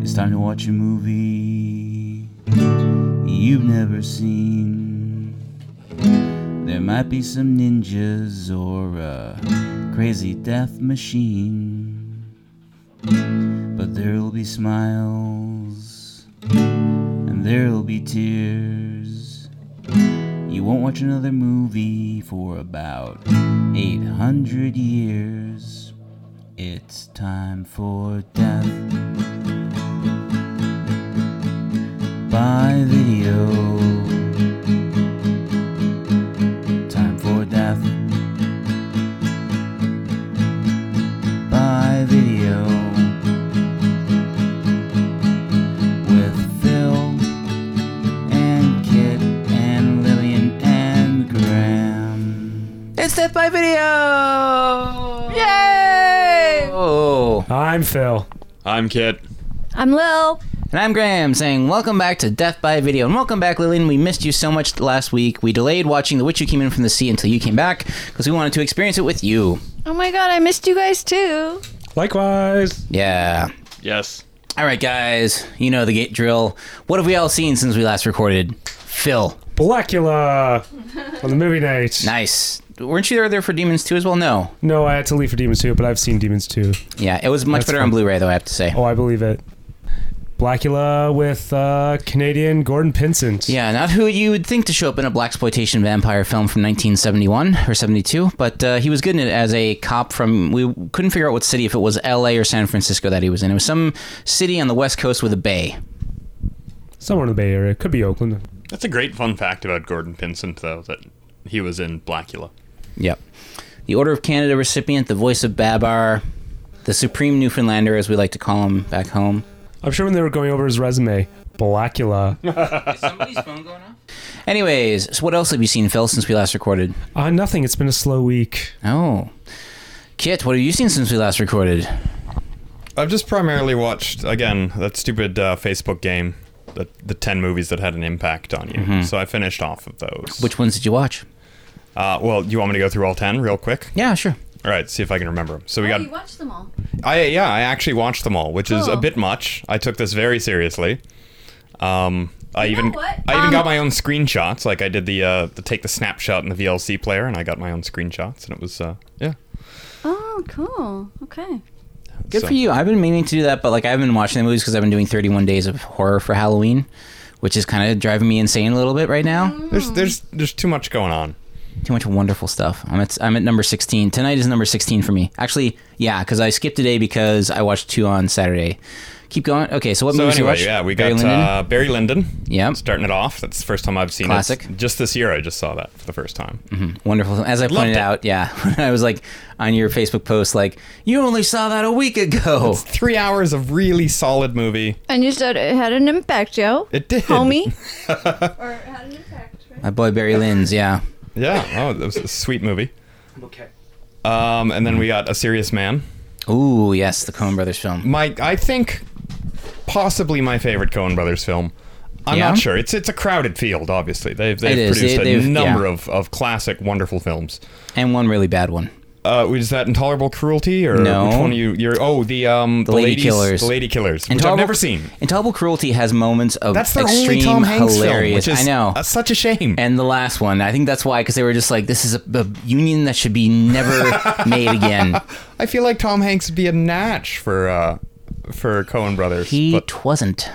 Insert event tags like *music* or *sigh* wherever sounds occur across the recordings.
It's time to watch a movie you've never seen. There might be some ninjas or a crazy death machine, but there'll be smiles and there'll be tears. You won't watch another movie for about 800 years. It's time for death by video. Time for death by video with Phil and Kit and Lillian and Graham. It's death by video. Yay! Oh. I'm Phil. I'm Kit. I'm Lil. And I'm Graham saying, Welcome back to Death by Video. And welcome back, Lillian. We missed you so much last week. We delayed watching The Witch Who Came In From the Sea until you came back because we wanted to experience it with you. Oh my god, I missed you guys too. Likewise. Yeah. Yes. All right, guys. You know the gate drill. What have we all seen since we last recorded? Phil. Blackula on the movie night. Nice. Weren't you there, there for Demons 2 as well? No. No, I had to leave for Demons 2, but I've seen Demons 2. Yeah, it was much That's better on fun. Blu ray, though, I have to say. Oh, I believe it. Blackula with uh, Canadian Gordon Pinsent. Yeah, not who you would think to show up in a black exploitation vampire film from 1971 or 72, but uh, he was good in it as a cop from. We couldn't figure out what city, if it was L.A. or San Francisco that he was in. It was some city on the west coast with a bay. Somewhere in the Bay Area. Could be Oakland. That's a great fun fact about Gordon Pinsent, though, that he was in Blackula. Yep. The Order of Canada recipient, the voice of Babar, the supreme Newfoundlander, as we like to call him back home. I'm sure when they were going over his resume, Blackula. Is somebody's phone going off? Anyways, so what else have you seen, Phil, since we last recorded? Uh, nothing. It's been a slow week. Oh. Kit, what have you seen since we last recorded? I've just primarily watched, again, that stupid uh, Facebook game, the, the 10 movies that had an impact on you. So I finished off of those. Mm-hmm. Which ones did you watch? Uh, well, you want me to go through all 10 real quick? Yeah, sure. All right, see if I can remember 'em. So we Oh, got. you Oh. watched them all. I yeah, I actually watched them all, which is a Cool. bit much. I took this very seriously. Um, I You know even what? I even Um, got my own screenshots. Like I did the uh, the take the snapshot in the VLC player, and I got my own screenshots, and it was uh, yeah. Oh, cool. Okay. Good So- for you. I've been meaning to do that, but like I've been watching the movies because I've been doing 31 days of horror for Halloween, which is kind of driving me insane a little bit right now. There's there's there's too much going on. Too much wonderful stuff. I'm at I'm at number 16. Tonight is number 16 for me. Actually, yeah, because I skipped today because I watched two on Saturday. Keep going. Okay, so what So movies you anyway, watched? yeah, we Barry got Lyndon? uh, Barry Lyndon. Yep. starting it off. That's the first time I've seen Classic. Mm-hmm. it. Just this year, I just saw that for the first time. wonderful. As I it. pointed out, yeah, *laughs* when I was like on your Facebook post, like you only saw that a week ago. Three hours of really solid movie. And you said it had an impact, yo. It did. Homie. or it had an impact, right? My boy Barry Lynn's. Yeah. *laughs* Yeah. Oh, that was a sweet movie. Okay. Um, and then we got A Serious Man. Ooh, yes, the Coen Brothers film. my I think possibly my favorite Coen Brothers film. I'm Yeah? not sure. It's it's a crowded field, obviously. They've they've It is. produced They- a they've- number yeah. of, of classic, wonderful films. And one really bad one. Uh, was that Intolerable Cruelty or No. which one are you you're oh the um the, Lady ladies, Killers. The Lady Killers, which I've Intolerable- never seen. Intolerable Cruelty has moments of That's their extreme only Tom Hanks hilarious. film, which is I know. uh, such a shame. and the last one, I think that's why, because they were just like, this is a, a union that should *laughs* be never made again. I feel like Tom Hanks would be a natch for uh for Coen Brothers. He but twasn't.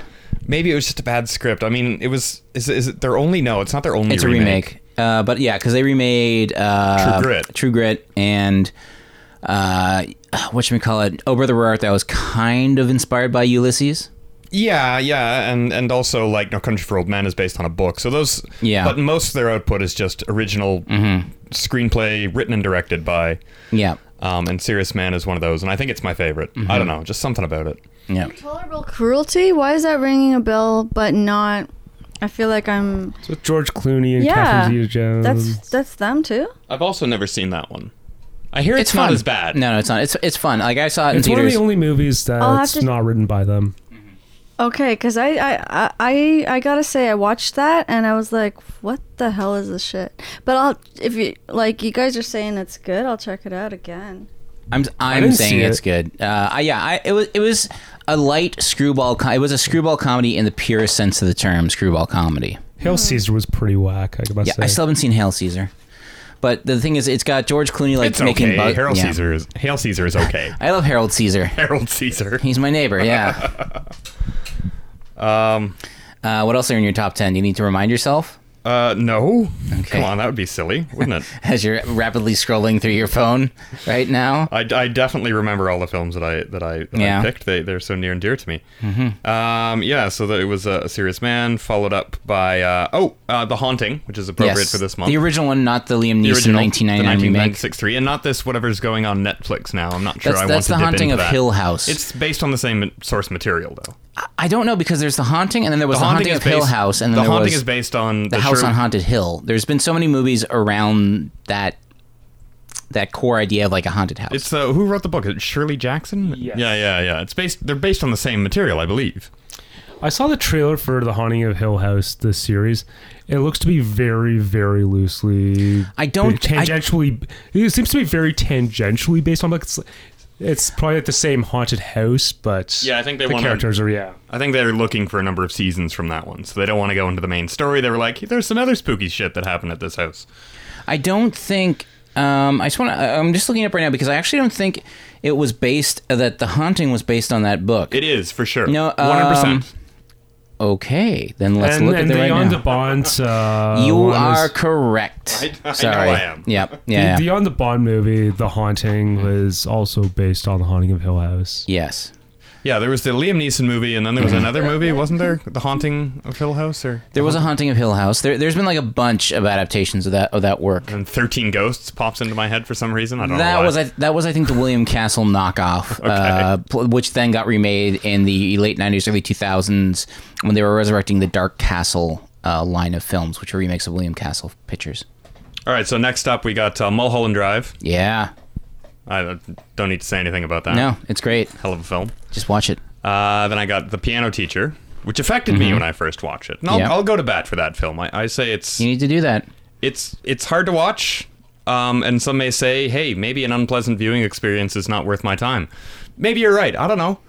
maybe it was just a bad script. I mean, it was is, is it their only no, it's not their only It's a remake. Uh, but yeah, because they remade uh, True Grit. True Grit, and uh, what should we call it? Oh Brother Where Art. That was kind of inspired by Ulysses. Yeah, yeah, and and also like No Country for Old Men is based on a book, so those. Yeah. Mm-hmm. But most of their output is just original screenplay written and directed by, Yeah, um, and Serious Man is one of those, and I think it's my favorite. I Mm-hmm. don't know, just something about it. yeah. Tolerable cruelty? Why is that ringing a bell, but not. I feel like I'm. So George Clooney and Yeah. Catherine Zeta Jones. That's that's them too? I've also never seen that one. I hear it's, fun. not as bad. No, no, it's not. It's it's fun. Like I saw it it's in one of theaters. the only movies I'll have that's to- not written by them. Okay, because I, I, I, I, I gotta say, I watched that and I was like, what the hell is this shit? But I'll, if you, like, you guys are saying it's good, I'll check it out again. I'm I'm didn't saying see it's it. good. Uh, I, yeah, I, it was it was a light screwball. Co- it was a screwball comedy in the purest sense of the term, screwball comedy. Hmm. Hail Caesar was pretty whack. I must Yeah, say. I still haven't seen Hail Caesar, but the thing is, it's got George Clooney like it's making okay. bu- Harold yeah. Caesar is Hail Caesar is okay. *laughs* I love Harold Caesar. Harold Caesar. He's my neighbor. Yeah. *laughs* Um. uh, what else are in your top ten? You need to remind yourself Uh. No. Okay. Come on, that would be silly, wouldn't *laughs* it? as you're rapidly scrolling through your phone right now. I, I definitely remember all the films that I that I, that Yeah. Mm-hmm. I picked. They they're so near and dear to me. Um, yeah, so that it was uh, a serious man, followed up by uh, oh, uh, the haunting, which is *laughs* appropriate yes, for this month. the original one, not the Liam The Neeson original, 1999 the remake. 1963, and not this whatever's going on Netflix now. I'm not sure. That's- I want that's to The dip Haunting into of that. Hill House. It's based on the same source material though. I don't know because there's the haunting, and then there was the, haunting, of is Hill based- House, and then the there haunting was is based on the House Sher- on Haunted Hill. There's been so many movies around that that core idea of like a haunted house. It's uh, who wrote the book? It's Shirley Jackson. Yes. Yeah, yeah, yeah. It's based. They're based on the same material, I believe. I saw the trailer for The Haunting of Hill House, this series. It looks to be very, very loosely. I don't- tangentially. it seems to be very tangentially based on. Like it's, it's probably at the same haunted house, but Yeah, I think they the wanna- characters are yeah. I think they're looking for a number of seasons from that one, so they don't want to go into the main story. They were like, "There's some other spooky shit that happened at this house." I don't think. Um, I just want to. I'm just looking it up right now because I actually don't think it was based that the haunting was based on that book. It is for sure. No, um, okay, then let's and look and at it right Beyond now. the Bond. Uh, *laughs* you one are is- correct. I- I know Sorry. I am. Yep. Yeah. Mm-hmm. yeah. Beyond the Bond movie, The Haunting was also based on The Haunting of Hill House. Yes. Yeah, there was the Liam Neeson movie, and then *laughs* there was another movie, wasn't there? The Haunting of Hill House, or There was a haunting of Hill House. There, there's been like a bunch of adaptations of that of that work. and Thirteen Ghosts pops into my head for some reason. I don't know. That why. was I, that was I think the William Castle *laughs* knockoff, uh, pl- which then got remade in the late '90s, early 2000s when they were resurrecting the Dark Castle uh, line of films, which are remakes of William Castle pictures. All right, so next up we got uh, Mulholland Drive. Yeah, I uh, don't need to say anything about that. no, it's great. hell of a film. Just watch it. Uh, then I got The Piano Teacher, which affected me when I first watched it. And I'll, Mm-hmm. Yeah. I'll go to bat for that film. I, I say it's You need to do that. it's it's hard to watch. Um, and some may say, hey, maybe an unpleasant viewing experience is not worth my time. Maybe you're right. I don't know.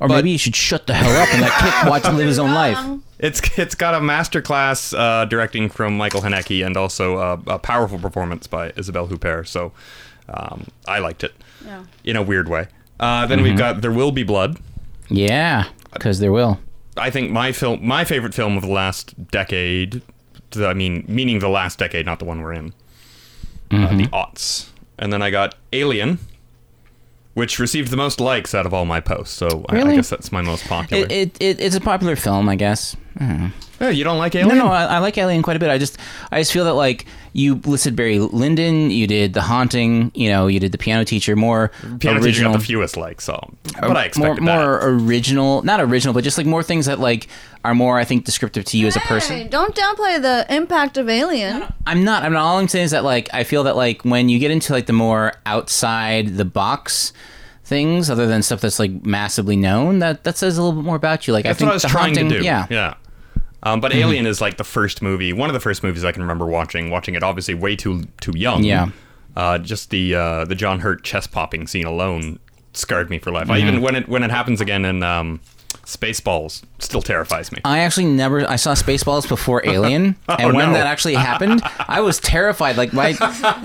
Or But- maybe you should shut the hell up and let Kit watch him live his *laughs* own life. It's *laughs* it's got a masterclass uh, directing from Michael Haneke and also uh, a powerful performance by Isabelle Huppert. So um, I liked it Yeah. in a weird way. Uh, then Mm-hmm. we've got There Will Be Blood. Yeah, because there will. I think my film, my favorite film of the last decade. I mean, meaning the last decade, not the one we're in. Mm-hmm. Uh, the aughts, and then I got Alien, which received the most likes out of all my posts. So I- I, Really? guess that's my most popular. It, it, it it's a popular film, I guess. Yeah, you don't like Alien? No, no, I, I like Alien quite a bit. I just, I just feel that like you listed Barry Lyndon, you did The Haunting, you know, you did The Piano Teacher, more Piano Teacher original, Oh, got the fewest likes, so but I more, expected that. more original, not original, but just like more things that like are more, I think, descriptive to you as a person. Hey, don't downplay the impact of Alien. I'm not. I'm not. All I'm saying is that like I feel that like when you get into like the more outside the box things, other than stuff that's like massively known, that that says a little bit more about you. Like I That's think what I was the trying haunting, to do. Yeah. Mm-hmm. yeah. Um, but Alien is like the first movie, one of the first movies I can remember watching. Watching it obviously way too too young. Yeah. Uh, just the uh, the John Hurt chest popping scene alone scarred me for life. I even when it when it happens again in um, Spaceballs, still terrifies me. I actually never. I saw Spaceballs *laughs* before Alien, and when Oh, no. that actually happened, I was terrified. Like my,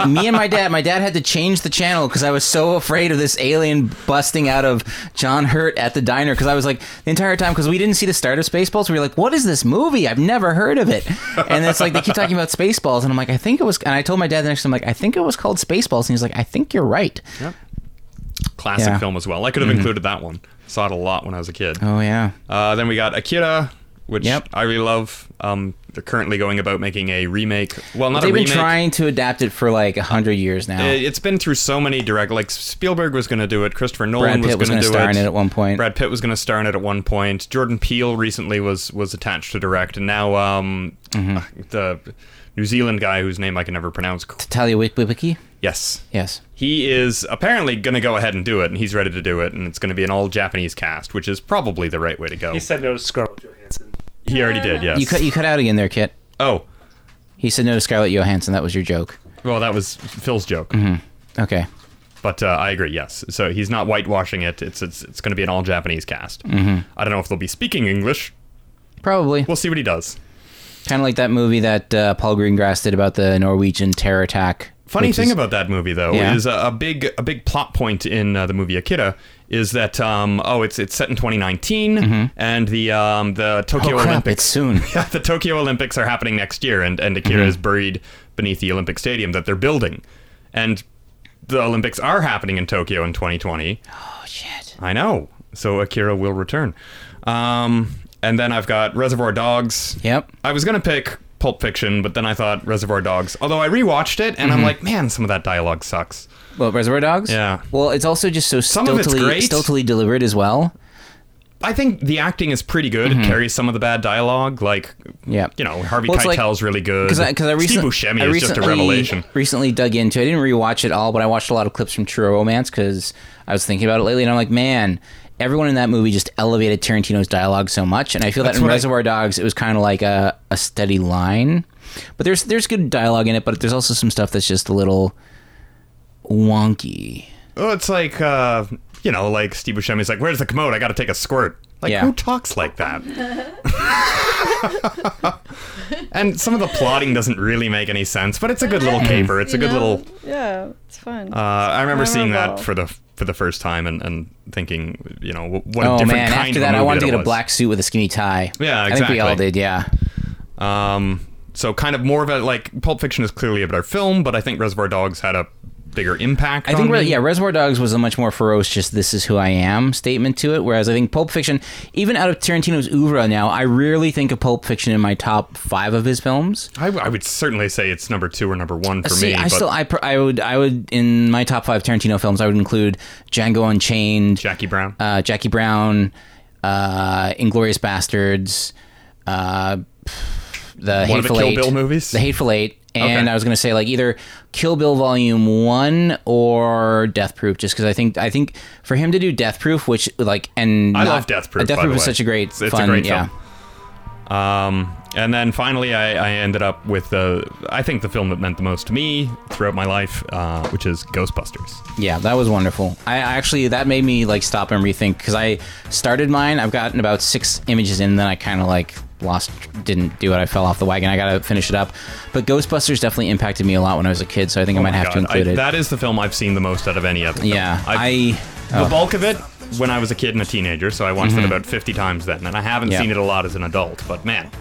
me and my dad. My dad had to change the channel because I was so afraid of this alien busting out of John Hurt at the diner. Because I was like the entire time because we didn't see the start of Spaceballs. We were like, "What is this movie? I've never heard of it." And it's like they keep talking about Spaceballs, and I'm like, "I think it was." And I told my dad the next time, like, "I think it was called Spaceballs," and he's like, "I think you're right." Classic yeah. Mm-hmm. film as well. I could have included that one. Saw it a lot when I was a kid. Oh yeah. Uh, then we got Akira, which Yep. I really love. Um, they're currently going about making a remake. Well, not They've a been remake. trying to adapt it for like a hundred years now. It- It's been through so many direct. Like Spielberg was going to do it. Christopher Brad Nolan Pitt was going to do star it. in it at one point. Brad Pitt was going to star in it at one point. Jordan Peele recently was was attached to direct, and now um, Mm-hmm. the New Zealand guy whose name I can never pronounce. Talia Wik- Wiki. Yes, Yes. he is apparently going to go ahead and do it, and he's ready to do it, and it's going to be an all Japanese cast, which is probably the right way to go. He said no to Scarlett Johansson. He already did. Yes. You cut you cut out again there, Kit. oh, He said no to Scarlett Johansson. That was your joke. Mm-hmm. well, that was Phil's joke. Okay. But uh, I agree, yes. So he's not whitewashing it. It's it's, it's going to be an all Japanese cast. Mm-hmm. I don't know if they'll be speaking English. Probably. We'll see what he does. Kind of like that movie that uh, Paul Greengrass did about the Norwegian terror attack. Funny which thing is- about that movie, though, Yeah. is a, a big a big plot point in uh, the movie Akira is that um, oh, it's it's set in 2019, and the um, the Tokyo Mm-hmm. oh, crap, it's Mm-hmm. Olympics soon. yeah, *laughs* the Tokyo Olympics are happening next year, and, and Akira is buried beneath the Olympic Stadium that they're building. And the Olympics are happening in Tokyo in 2020. Oh, shit. I know. So Akira will return. Um, and then I've got Reservoir Dogs. Yep. I was going to pick Pulp Fiction, but then I thought Reservoir Dogs. Although I rewatched it, and I'm Mm-hmm. like, man, some of that dialogue sucks. Well, Reservoir Dogs. Yeah. Well, it's also just so Some of it's stiltily, great. stiltily delivered as well. I think the acting is pretty good. It carries some of the bad dialogue, like Yeah. you know, Harvey Mm-hmm. Well, it's like- Keitel's really good. Because I, cause I, recent- Steve Buscemi I is recently, just a revelation. recently dug into I didn't rewatch it all, but I watched a lot of clips from True Romance because I was thinking about it lately, and I'm like, man, everyone in that movie just elevated Tarantino's dialogue so much, and I feel That's that in what I- Reservoir Dogs, it was kind of like a, a steady line. But there's there's good dialogue in it, but there's also some stuff that's just a little wonky. Well, it's like uh, you know, like Steve Buscemi's like, "Where's the commode? I got to take a squirt." Like, Yeah. who talks like that? *laughs* and some of the plotting doesn't really make any sense, but it's a good little caper. It's a You good know? little. Yeah, it's fun. Uh, I remember seeing that Memorable. for the for the first time and, and thinking, you know, wh- what a oh different man! kind After of that, I movie wanted to it get a was. black suit with a skinny tie. Yeah, I think we all exactly. did. Yeah. Um, so kind of more of a like Pulp Fiction is clearly a better film, but I think Reservoir Dogs had a bigger impact. I think, on re- me. yeah, Reservoir Dogs was a much more ferocious "this is who I am" statement to it. Whereas I think Pulp Fiction, even out of Tarantino's oeuvre now, I rarely think of Pulp Fiction in my top five of his films. I, I would certainly say it's number two or number one for Uh, See, me. I but still, I, pr- I would, I would in my top five Tarantino films, I would include Django Unchained, Jackie Brown. uh, Jackie Brown, uh, Inglorious Bastards, uh, the One of the Hateful Kill Eight, Bill movies? the Hateful Eight, and Okay. I was going to say like either Kill Bill Volume One or Death Proof, just because I think I think for him to do Death Proof, which like and I not- love Death Proof. Death by Proof the was way. such a great, It's, it's fun, a great yeah. film. Um, and then finally, I, I ended up with the I think the film that meant the most to me throughout my life, uh, which is Ghostbusters. Yeah, that was wonderful. I I actually that made me like stop and rethink because I started mine. I've gotten about six images in, then I kind of like lost, didn't do it. I fell off the wagon. I gotta finish it up. But Ghostbusters definitely impacted me a lot when I was a kid, so I think I might have to Oh God, I- include it. That is the film I've seen the most out of any other. film. yeah, I've- I. oh. the bulk of it when I was a kid and a teenager, so I watched it about fifty times then, and I haven't Mm-hmm. Yeah. seen it a lot as an adult. But man,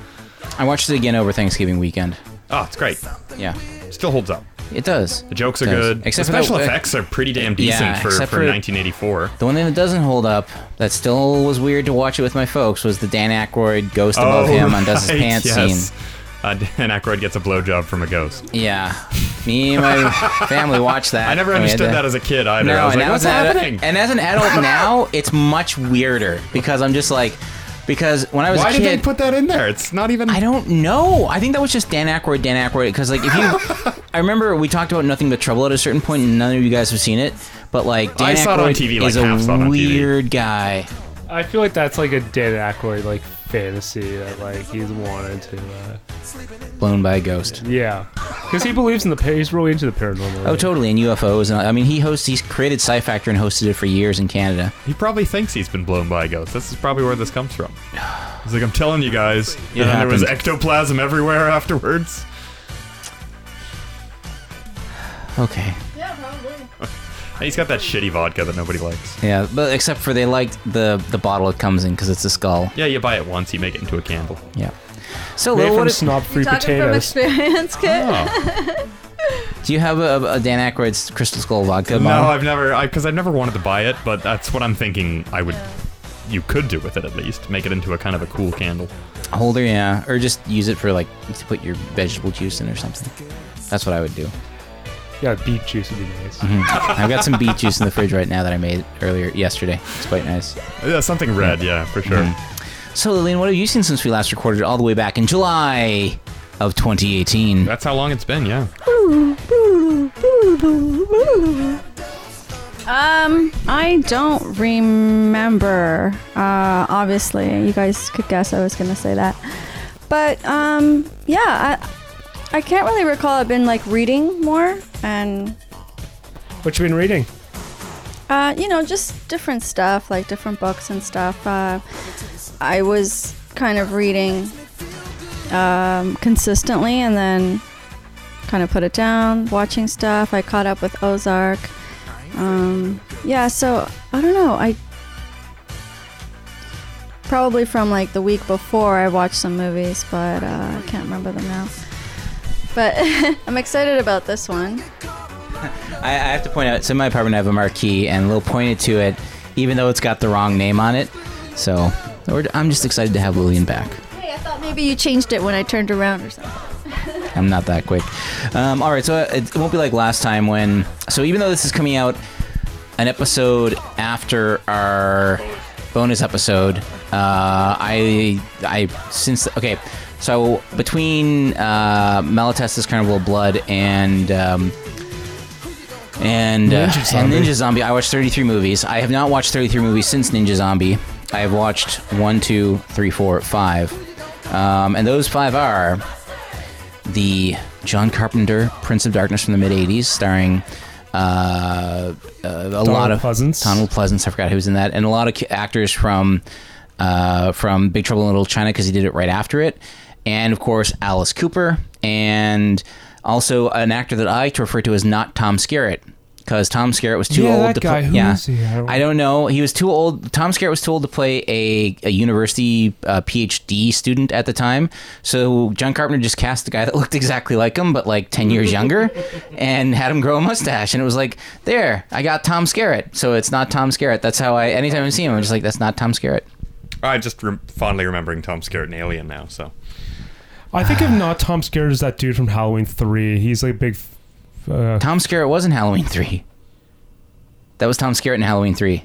I watched it again over Thanksgiving weekend. oh, it's great. Yeah, Still holds up. it does. The jokes are It does. good. Except the for that- special uh, effects are pretty damn decent Yeah, for, for, except for- 1984. The one thing that doesn't hold up, that still was weird to watch it with my folks, was the Dan Aykroyd ghost above him on does his Oh, right, pants yes. scene. Uh, *laughs* Dan Aykroyd gets a blowjob from a ghost. Yeah, oh, me and my family watched that. I never and we had understood to- that as a kid either. I was and like, now what's as an happening? Adult, and as *laughs* an adult now, it's much weirder because I'm just like, because when I was Why a did kid, they put that in there? It's not even. I don't know. I think that was just Dan Aykroyd, Dan Aykroyd. Because like, *laughs* if you, I remember we talked about Nothing But Trouble at a certain point, and none of you guys have seen it. But like, Dan I saw it on Aykroyd TV, like, is half saw it a on TV. weird guy. I feel like that's like a Dan Aykroyd like fantasy that like he's wanted to. Uh, Blown by a ghost. yeah, because he believes in the. pa- He's really into the paranormal. Oh, totally. And UFOs. And, I mean, he hosts. He's created Sci Factor and hosted it for years in Canada. He probably thinks he's been blown by a ghost. This is probably where this comes from. He's like, I'm telling you *sighs* guys. and then there was happened. ectoplasm everywhere *laughs* afterwards. Okay. And he's got that shitty vodka that nobody likes. Yeah, but except for they liked the the bottle it comes in because it's a skull. Yeah, you buy it once, you make it into a *laughs* candle. Yeah. So, Made Lil, from what, snob free Talking from potatoes. *laughs* experience, kid. *laughs* Oh, Do you have a, a Dan Aykroyd's Crystal Skull vodka No, bottle? I've never, because I've never wanted to buy it, but that's what I'm thinking. I would, you could do with it at least, make it into a kind of a cool candle. Holder, yeah, or just use it for like to put your vegetable juice in or something. That's what I would do. Yeah, beet juice would be nice. Mm-hmm. I've got some beet juice in the fridge right now that I made earlier yesterday. It's quite nice. Mm. Yeah, something red, Hmm. yeah, for sure. So, Lillian, what have you seen since we last recorded all the way back in July of 2018? That's how long it's been, yeah. Um, I don't remember. Uh, obviously, you guys could guess I was gonna say that, but um, yeah, I I can't really recall. I've been like reading more, and What you been reading? Uh, you know, just different stuff, like different books and stuff. Uh, I was kind of reading um, consistently and then kind of put it down, watching stuff. I caught up with Ozark. Um, yeah, so I don't know. I probably from like the week before I watched some movies, but uh, I can't remember them now. But *laughs* I'm excited about this one. I, I have to point out, so my apartment I have a marquee, and Lil pointed to it, even though it's got the wrong name on it. So we're, I'm just excited to have Lillian back. Hey, I thought maybe you changed it when I turned around or something. I'm not that quick. Um, all right, so it won't be like last time when. So even though this is coming out an episode after our bonus episode, uh, I I since okay, so between uh, Malatesta's Carnival of Blood and. Um, and, uh, Ninja and Zombie. Ninja Zombie. I watched 33 movies. I have not watched 33 movies since Ninja Zombie. I have watched one, two, three, four, five, Um, and those five are the John Carpenter Prince of Darkness from the mid 80s, starring uh, uh, a lot of Pleasance. Donald Pleasance. I forgot who was in that, and a lot of ca- actors from uh, from Big Trouble in Little China because he did it right after it, and of course Alice Cooper, and also an actor that I like to refer to as not Tom Skerritt. Because Tom Skerritt was too Yeah, old that to guy. play. Who yeah, is he? I don't- I don't know. He was too old. Tom Skerritt was too old to play a, a university uh, PhD student at the time. So John Carpenter just cast a guy that *laughs* looked exactly like him, but like 10 *laughs* years younger, and had him grow a mustache. And it was like, there, I got Tom Skerritt. So it's not Tom Skerritt. That's how I, anytime I see him, I'm just like, that's not Tom Skerritt. I just rem fondly remembering Tom Skerritt and Alien now. So I *sighs* think of not Tom Skerritt as that dude from Halloween Three. He's like big. f- Uh, Tom Skerritt was in Halloween 3. That was Tom Skerritt in Halloween 3.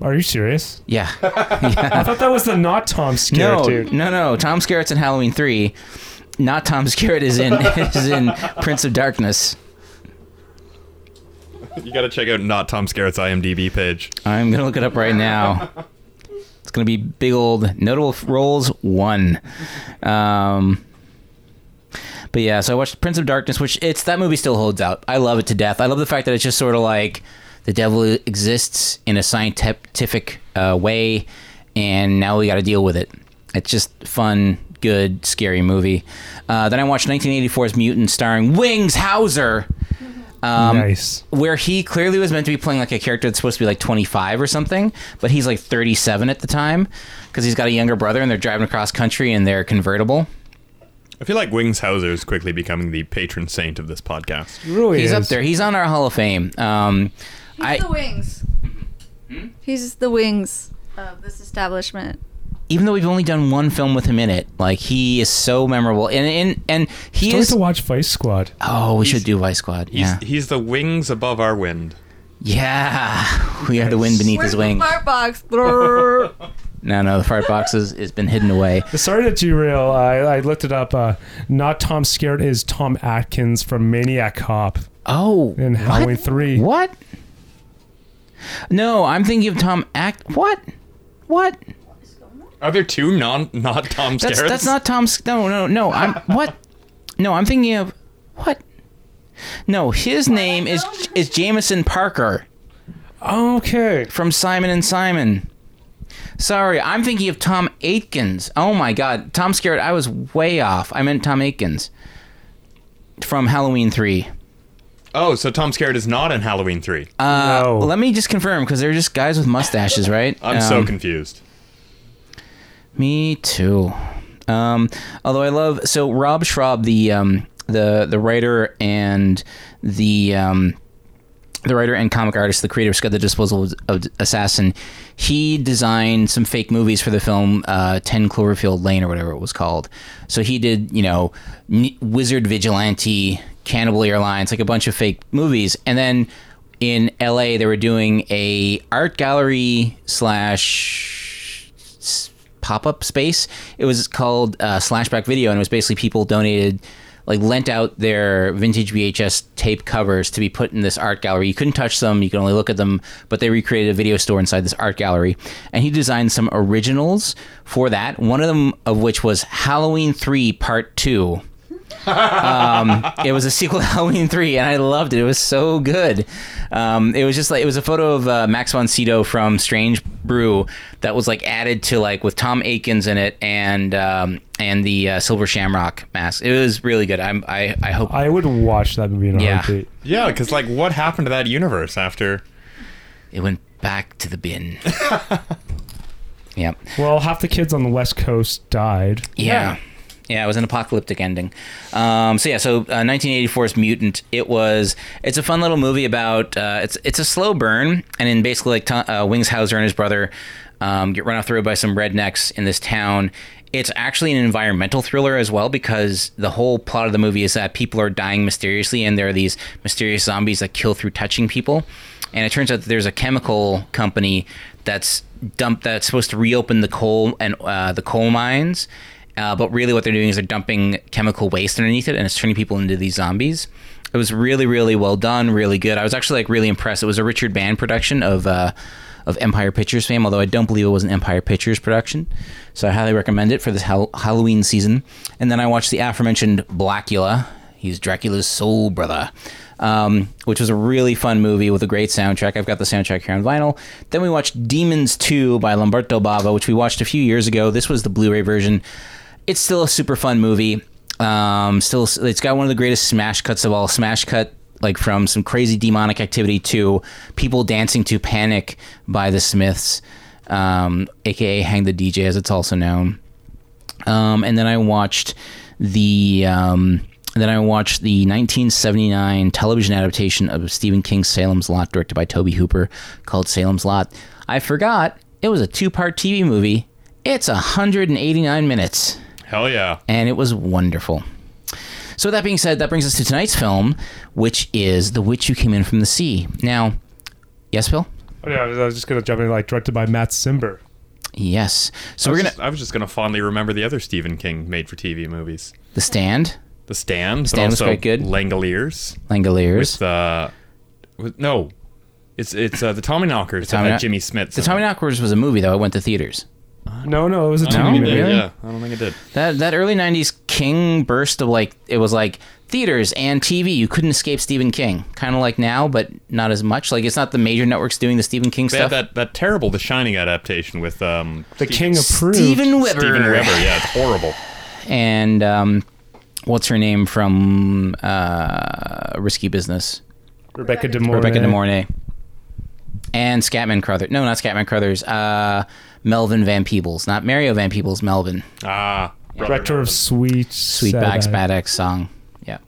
are you serious? Yeah. I thought that was the not Tom Skerritt No, dude. no, no. Tom Skerritt's in Halloween 3. Not Tom Skerritt is in, *laughs* is in Prince of Darkness. you got to check out not Tom Skerritt's IMDb page. I'm gonna look it up right now. It's gonna be big old notable f- roles one. Um, but yeah, so I watched Prince of Darkness, which it's that movie still holds out. I love it to death. I love the fact that it's just sort of like the devil exists in a scientific uh, way, and now we got to deal with it. It's just fun, good, scary movie. Uh, then I watched 1984's Mutant, starring Wings Hauser nice. where he clearly was meant to be playing like a character that's supposed to be like 25 or something, but he's like 37 at the time because he's got a younger brother and they're driving across country in their convertible. I feel like Wings Hauser is quickly becoming the patron saint of this podcast. Really He's is. up there. He's on our Hall of Fame. Um, He's I- the wings. He's the wings of this establishment. even though we've only done one film with him in it, like he is so memorable, and and and Still he have is. to watch Vice Squad. Oh, we should He's- do Vice Squad. He's, Yeah, he's the wings above our wind. yeah. *laughs* We are the wind beneath Where's his the wing. fart box? Brrr. No, no, the fart *laughs* box has has been hidden away. Sorry to derail. I, I looked it up. Uh, not Tom Skerritt is Tom Atkins from Maniac Cop Oh, in what? Halloween Three. What? No, I'm thinking of Tom Act. What? What? Are there two non not Tom That's Skerritts? that's not Tom's. No, no, *laughs* no. I'm what? No, I'm thinking of what? No, his name is is Jameson Parker Okay. from Simon and Simon. Sorry, I'm thinking of Tom Aitkins. Oh my God, Tom Skerritt. I was way off. I meant Tom Aitkins from Halloween Three. Oh, so Tom Skerritt is not in Halloween three. Uh, No. Let me just confirm because they're just guys with mustaches, right? Oh. I'm so Um, confused. Me too. Um, although I love so Rob Schraub, the um, the the writer and the um, the writer and comic artist, the creator of Scud the Disposal of Assassin, he designed some fake movies for the film uh, 10 Cloverfield Lane or whatever it was called. So he did, you know, N- Wizard Vigilante, Cannibal Airlines, like a bunch of fake movies. And then in LA, they were doing a art gallery slash s- pop-up space. It was called uh, Slashback Video, and it was basically people donated, like lent out their vintage VHS tape covers to be put in this art gallery. You couldn't touch them; you could only look at them. But they recreated a video store inside this art gallery, and he designed some originals for that. One of them of which was Halloween Three Part Two *laughs* it was a sequel to Halloween 3, and I loved it. It was so good. Um, it was just like, it was a photo of uh, Max von Sydow from Strange Brew that was like added to like with Tom Akins in it and um, and the uh, Silver Shamrock mask. It was really good. I'm, I, I hope. I would watch that movie in a Yeah. heartbeat. Yeah, because like, what happened to that universe after? it went back to the bin. yep. Well, half the kids on the West Coast died. Yeah. Yeah, it was an apocalyptic ending. Um, so yeah, so uh, 1984's Mutant. It was. It's a fun little movie about. Uh, it's it's a slow burn, and in basically like Tom, uh, Wings Hauser and his brother um, get run off the road by some rednecks in this town. It's actually an environmental thriller as well because the whole plot of the movie is that people are dying mysteriously, and there are these mysterious zombies that kill through touching people. And it turns out that there's a chemical company that's dumped that's supposed to reopen the coal and uh, the coal mines. Uh, but really, what they're doing is they're dumping chemical waste underneath it, and it's turning people into these zombies. It was really, really well done, really good. I was actually like really impressed. It was a Richard Band production of uh, of Empire Pictures fame, although I don't believe it was an Empire Pictures production. So I highly recommend it for this Hal- Halloween season. And then I watched the aforementioned Blackula. He's Dracula's soul brother, um, which was a really fun movie with a great soundtrack. I've got the soundtrack here on vinyl. Then we watched Demons 2 by Lamberto Bava, which we watched a few years ago. This was the Blu ray version it's still a super fun movie. Um, still, it's got one of the greatest smash cuts of all. Smash cut like from some crazy demonic activity to people dancing to "Panic" by the Smiths, um, aka "Hang the DJ" as it's also known. Um, and then I watched the um, then I watched the 1979 television adaptation of Stephen King's Salem's Lot, directed by Toby Hooper, called Salem's Lot. I forgot it was a two-part TV movie. It's 189 minutes Hell yeah! and it was wonderful. So, with that being said, that brings us to tonight's film, which is The Witch Who Came In From the Sea. Now, yes, Phil? Oh, yeah, I was, I was just gonna jump in. Like directed by Matt Simber. Yes. So, I we're was going just- to. I was just gonna fondly remember the other Stephen King made-for-TV movies, The Stand, The Stand, Stand but was also quite good. Langoliers Langoliers. with uh, with, no, it's it's uh, the Tommy Knockers that Tommy had Knock- Jimmy Smith. the Tommy Knockers was a movie, though. It went to theaters. No, no, it was a I don't TV think it movie. did, Really? Yeah, I don't think it did. That, that early 90s King burst of like, it was like theaters and TV. You couldn't escape Stephen King. Kind of like now, but not as much. Like, it's not the major networks doing the Stephen King They stuff. had that, that terrible The Shining adaptation with um The King approved. Steven Weber. Steven Weber. Yeah, it's horrible. and um, what's her name from uh, Risky Business? Rebecca De Mornay. Rebecca De Mornay. And Scatman Crothers. No, not Scatman Crothers. Uh, Melvin Van Peebles. Not Mario Van Peebles, Melvin. Ah, brother. Director of Sweet Sweetback's Sad Eye. *laughs* Bad X song. Yeah.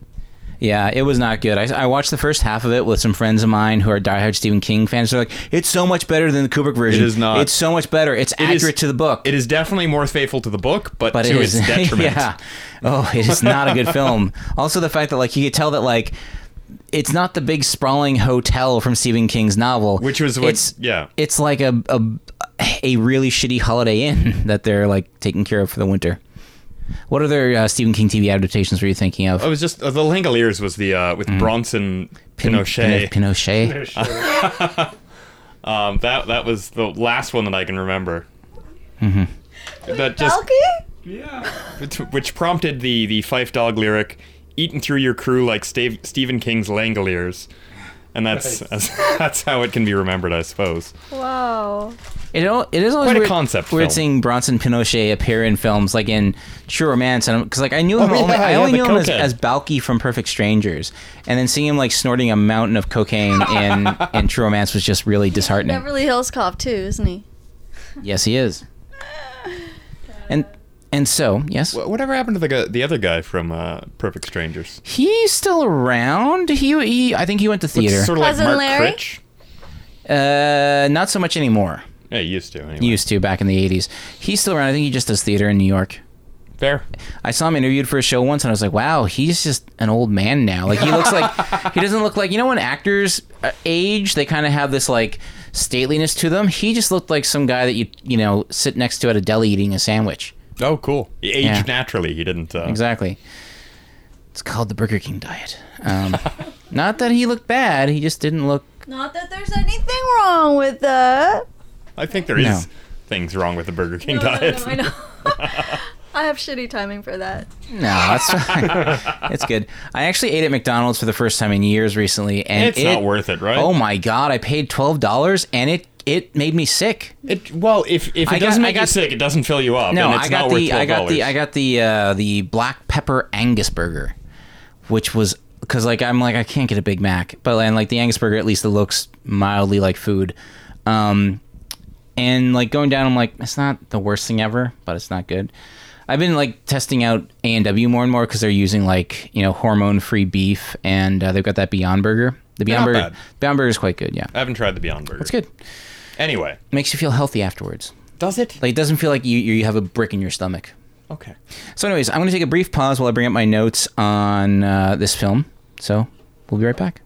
Yeah, it was not good. I, I watched the first half of it with some friends of mine who are diehard Stephen King fans. They're like, it's so much better than the Kubrick version. is not. It's so much better. It's is- accurate to the book. It is definitely more faithful to the book, but, but to it is *laughs* its detriment. yeah. Oh, it is not a good film. *laughs* Also, the fact that like you could tell that like it's not the big sprawling hotel from Stephen King's novel, Which was what- it's, yeah. It's like a, a a really shitty Holiday Inn *laughs* that they're like taking care of for the winter. What other uh, Stephen King TV adaptations were you thinking of? It was just uh, the Langoliers was the uh, with Bronson Mm. Pin- Pinochet. Pin- Pinochet. um, that that was the last one that I can remember. Mm-hmm. That just Balky? which- *laughs* which prompted the the Fife Dog lyric, "Eating through your crew like Stave- Stephen King's Langoliers," and that's that's, *laughs* that's how it can be remembered, I suppose. Wow. It, al- it is always Quite a weird, concept weird film. seeing Bronson Pinochet appear in films like in True Romance, and because like I knew him Oh, yeah, only, I yeah, only the knew him as, cokehead. as Balky from Perfect Strangers, and then seeing him like snorting a mountain *laughs* of cocaine in in True Romance was just really disheartening. Beverly Hills Cop too, isn't he? yes, he is. And and so yes, Wh- Whatever happened to the gu- the other guy from uh, Perfect Strangers? he's still around. He he, I think he went to Looks theater. Sort of like Cousin Mark Larry? Critch. uh, not so much anymore. Yeah, he used to. Anyway. Used to back in the '80s. He's still around. I think he just does theater in New York. Fair. I saw him interviewed for a show once, and I was like, "Wow, he's just an old man now. Like he looks like he doesn't look like you know when actors uh, age, they kind of have this like stateliness to them. He just looked like some guy that you you know sit next to at a deli eating a sandwich. Oh, cool. He aged Yeah. naturally. He didn't. Uh, Exactly. It's called the Burger King diet. Um, *laughs* not that he looked bad, he just didn't look. Not that there's anything wrong with that. I think there No. is. things wrong with the Burger King No, no, diet. no, I know. *laughs* I have shitty timing for that. No, that's fine. *laughs* it's good. I actually ate at McDonald's for the first time in years recently, and It's not worth it, right? Oh my god, I paid twelve dollars, and it it made me sick. It, well, if, if it I got- doesn't I make you got- sick, it doesn't fill you up. No, and it's I got not worth the I got the $12. I got the uh, the black pepper Angus burger, which was because like I'm like I can't get a Big Mac, but and like the Angus burger at least it looks mildly like food, um, and like going down I'm like it's not the worst thing ever, but it's not good. I've been like testing out A and W more and more because they're using like you know hormone free beef and uh, they've got that Beyond Burger. The Beyond not Burger bad. Beyond Burger is quite good. Yeah, I haven't tried the Beyond Burger. it's good. Anyway, Makes you feel healthy afterwards. does it? Like it doesn't feel like you you have a brick in your stomach. Okay. So, anyways, I'm going to take a brief pause while I bring up my notes on uh, this film. So, we'll be right back.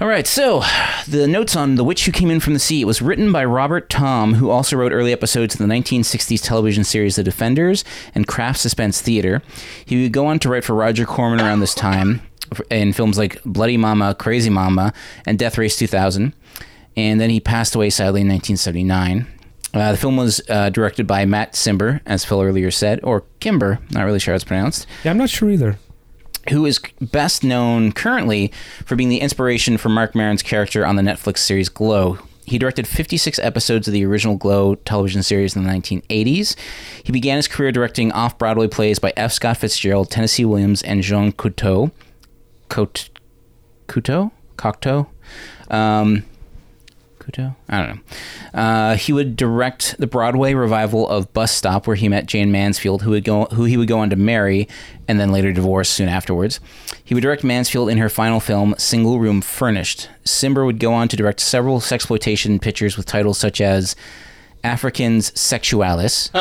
All right, so the notes on The Witch Who Came In From the Sea it was written by Robert Tom, who also wrote early episodes of the 1960s television series The Defenders and Kraft Suspense Theater. He would go on to write for Roger Corman around this time in films like Bloody Mama, Crazy Mama, and Death Race 2000. And then he passed away sadly in 1979. Uh, the film was uh, directed by Matt Simber, as Phil earlier said, or Kimber, not really sure how it's pronounced, Yeah, I'm not sure either. who is best known currently for being the inspiration for Mark Maron's character on the Netflix series Glow. He directed 56 episodes of the original Glow television series in the 1980s. He began his career directing off Broadway plays by F. Scott Fitzgerald, Tennessee Williams, and Jean Couteau. Cote, Couteau? Cocteau? Um, Couteau? I don't know. Uh, he would direct the Broadway revival of Bus Stop, where he met Jane Mansfield, who would go, who he would go on to marry, and then later divorce soon afterwards. He would direct Mansfield in her final film, Single Room Furnished. Simber would go on to direct several sexploitation pictures with titles such as Africans Sexualis.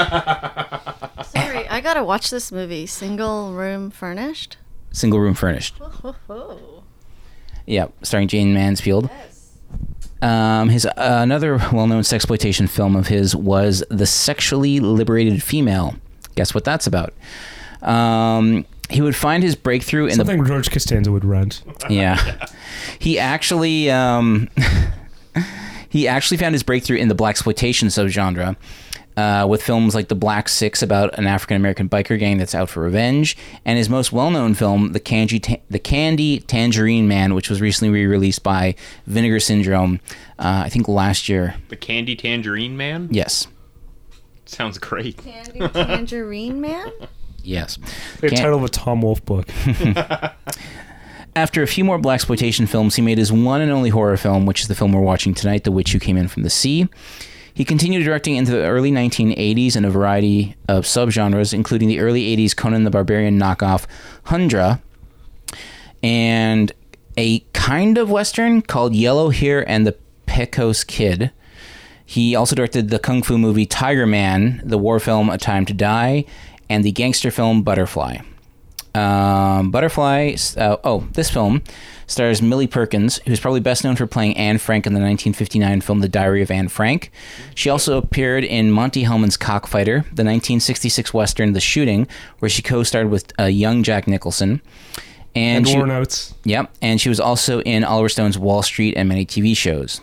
Sorry, I gotta watch this movie. Single room furnished. Single Room Furnished. Oh, Yeah, starring Jane Mansfield. Um, his uh, another well-known sexploitation film of his was *The Sexually Liberated Female*. Guess what that's about? Um, he would find his breakthrough in Something George Costanza would rent. the yeah. He actually um, *laughs* he actually found his breakthrough in the black exploitation subgenre. Uh, with films like The Black Six about an African American biker gang that's out for revenge, and his most well-known film, The Candy, Ta- the Candy Tangerine Man, which was recently re-released by Vinegar Syndrome, uh, I think last year. The Candy Tangerine Man? Yes, Sounds great. Candy Tangerine Man. yes. The Can't- title of a Tom Wolfe book. After a few more black exploitation films, he made his one and only horror film, which is the film we're watching tonight, The Witch Who Came In From the Sea. He continued directing into the early 1980s in a variety of subgenres, including the early 80s Conan the Barbarian knockoff Hundra and a kind of western called Yellow Here and the Pecos Kid. He also directed the kung fu movie Tiger Man, the war film A Time to Die, and the gangster film Butterfly. Um, Butterfly. Uh, oh, this film stars Millie Perkins, who's probably best known for playing Anne Frank in the 1959 film The Diary of Anne Frank. She also appeared in Monty Hellman's Cockfighter, the 1966 western The Shooting, where she co-starred with uh, young Jack Nicholson. And And, she, Warren Oates. Yep, and she was also in Oliver Stone's Wall Street and many TV shows.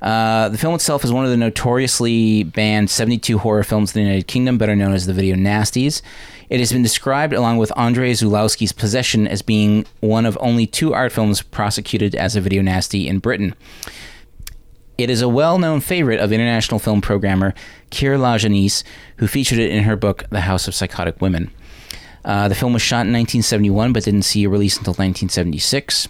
Uh, the film itself is one of the notoriously banned 72 horror films of the United Kingdom, better known as the Video Nasties. It has been described, along with Andrei Zulowski's Possession, as being one of only two art films prosecuted as a video nasty in Britain. It is a well-known favorite of international film programmer Kier Lajeunesse, who featured it in her book *The House of Psychotic Women*. Uh, the film was shot in 1971, but didn't see a release until 1976.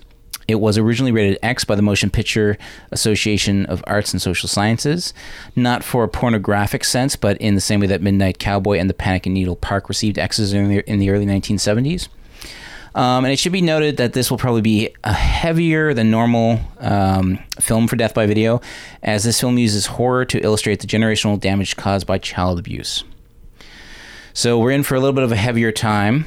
It was originally rated X by the Motion Picture Association of Arts and Social Sciences, not for a pornographic sense, but in the same way that *Midnight Cowboy* and *The Panic in Needle Park* received X's in the, in the early 1970s. Um, and it should be noted that this will probably be a heavier than normal um, film for Death by Video, as this film uses horror to illustrate the generational damage caused by child abuse. So we're in for a little bit of a heavier time.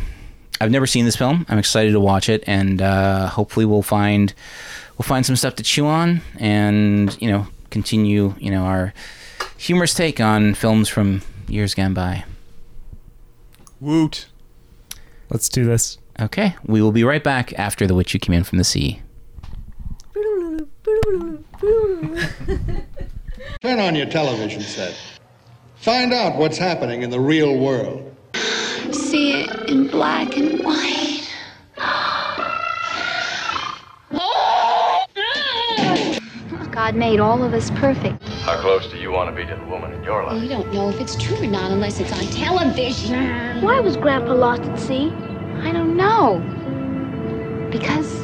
I've never seen this film. I'm excited to watch it, and uh, hopefully we'll find we'll find some stuff to chew on, and you know continue you know our humorous take on films from years gone by. Woot. Let's do this. Okay, we will be right back after The Witch Who Came In From the Sea. Turn on your television set. Find out what's happening in the real world. see it in black and white. God made all of us perfect. How close do you want to be to the woman in your life? We don't know if it's true or not unless it's on television. Why was Grandpa lost at sea? I don't know. Because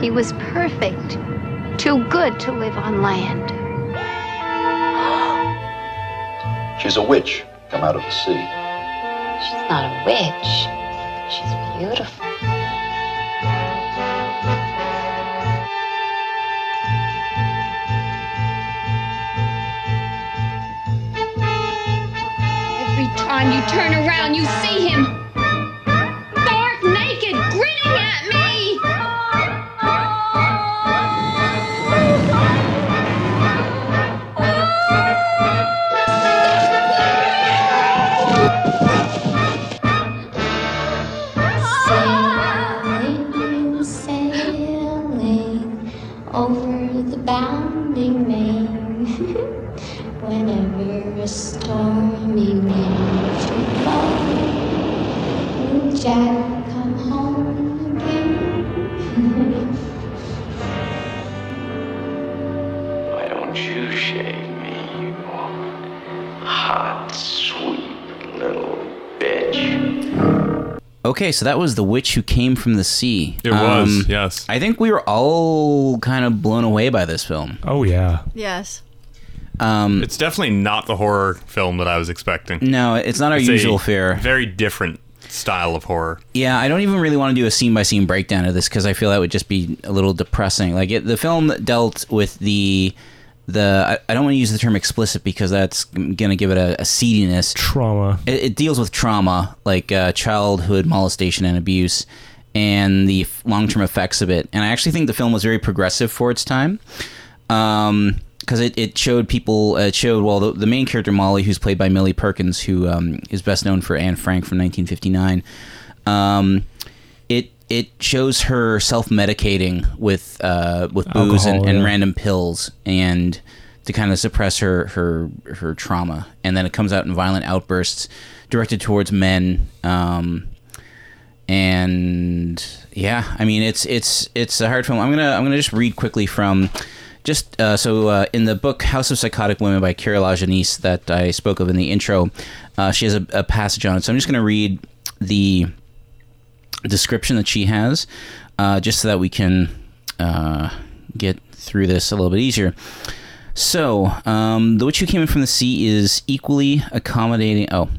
he was perfect. Too good to live on land. She's a witch come out of the sea. She's not a witch. She's beautiful. Every time you turn around, you see him. Stark naked, grinning at me. Oh. Sailing, sailing over the bounding main. *laughs* Whenever a stormy night blows, Jack, come home again. Why don't you shave me, you hot, sweet little bitch? Okay, so that was The Witch Who Came From the Sea. It was, yes. Um, I think we were all kind of blown away by this film. Oh yeah. Yes. Um, Mm. It's definitely not the horror film that I was expecting. no, it's Mm, not our It's a usual fare. Very different style of horror. Yeah, I don't even really want to do a scene by scene breakdown of this because I feel that would just be a little depressing. Like it, the film dealt with the the I, I don't want to use the term explicit because that's gonna give it a, a seediness. Trauma. It, it deals with trauma like uh, childhood molestation and abuse and the long term effects of it. And I actually think the film was very progressive for its time because Um, it, it showed people uh, it showed well the, the main character Molly who's played by Millie Perkins who um, is best known for Anne Frank from 1959 um, it it shows her self medicating with uh, with booze Alcohol, and, and yeah. random pills and to kind of suppress her, her her trauma and then it comes out in violent outbursts directed towards men um, and yeah, I mean it's it's it's a hard film. I'm gonna I'm gonna just read quickly from just uh, so uh, in the book House of Psychotic Women by Kirila Janice that I spoke of in the intro, uh, she has a, a passage on it. So I'm just gonna read the description that she has, uh, just so that we can uh, get through this a little bit easier. So, um, The Witch Who Came In From the Sea is equally accommodating. Oh.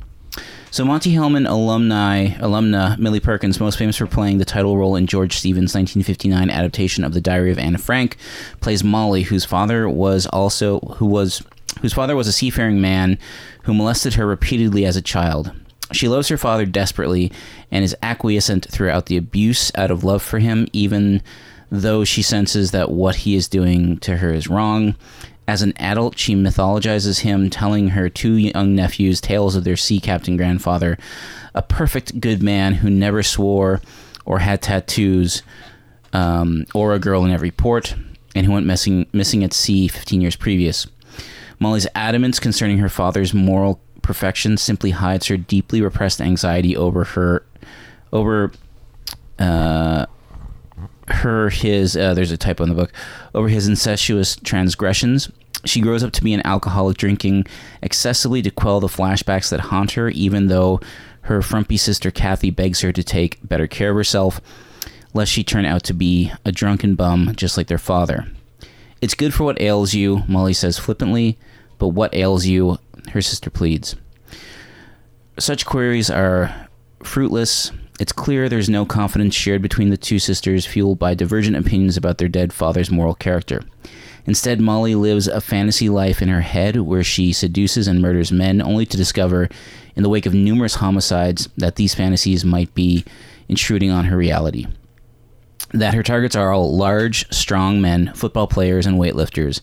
So Monty Hellman alumni alumna Millie Perkins, most famous for playing the title role in George Stevens' 1959 adaptation of The Diary of Anne Frank, plays Molly, whose father was also who was whose father was a seafaring man who molested her repeatedly as a child. She loves her father desperately and is acquiescent throughout the abuse out of love for him, even though she senses that what he is doing to her is wrong. As an adult, she mythologizes him, telling her two young nephews tales of their sea captain grandfather, a perfect good man who never swore or had tattoos, um, or a girl in every port, and who went missing, missing at sea 15 years previous. Molly's adamance concerning her father's moral perfection simply hides her deeply repressed anxiety over her, over her his uh, there's a typo in the book over his incestuous transgressions she grows up to be an alcoholic drinking excessively to quell the flashbacks that haunt her even though her frumpy sister kathy begs her to take better care of herself lest she turn out to be a drunken bum just like their father it's good for what ails you molly says flippantly but what ails you her sister pleads such queries are fruitless. It's clear there's no confidence shared between the two sisters, fueled by divergent opinions about their dead father's moral character. Instead, Molly lives a fantasy life in her head where she seduces and murders men, only to discover, in the wake of numerous homicides, that these fantasies might be intruding on her reality that her targets are all large, strong men, football players, and weightlifters,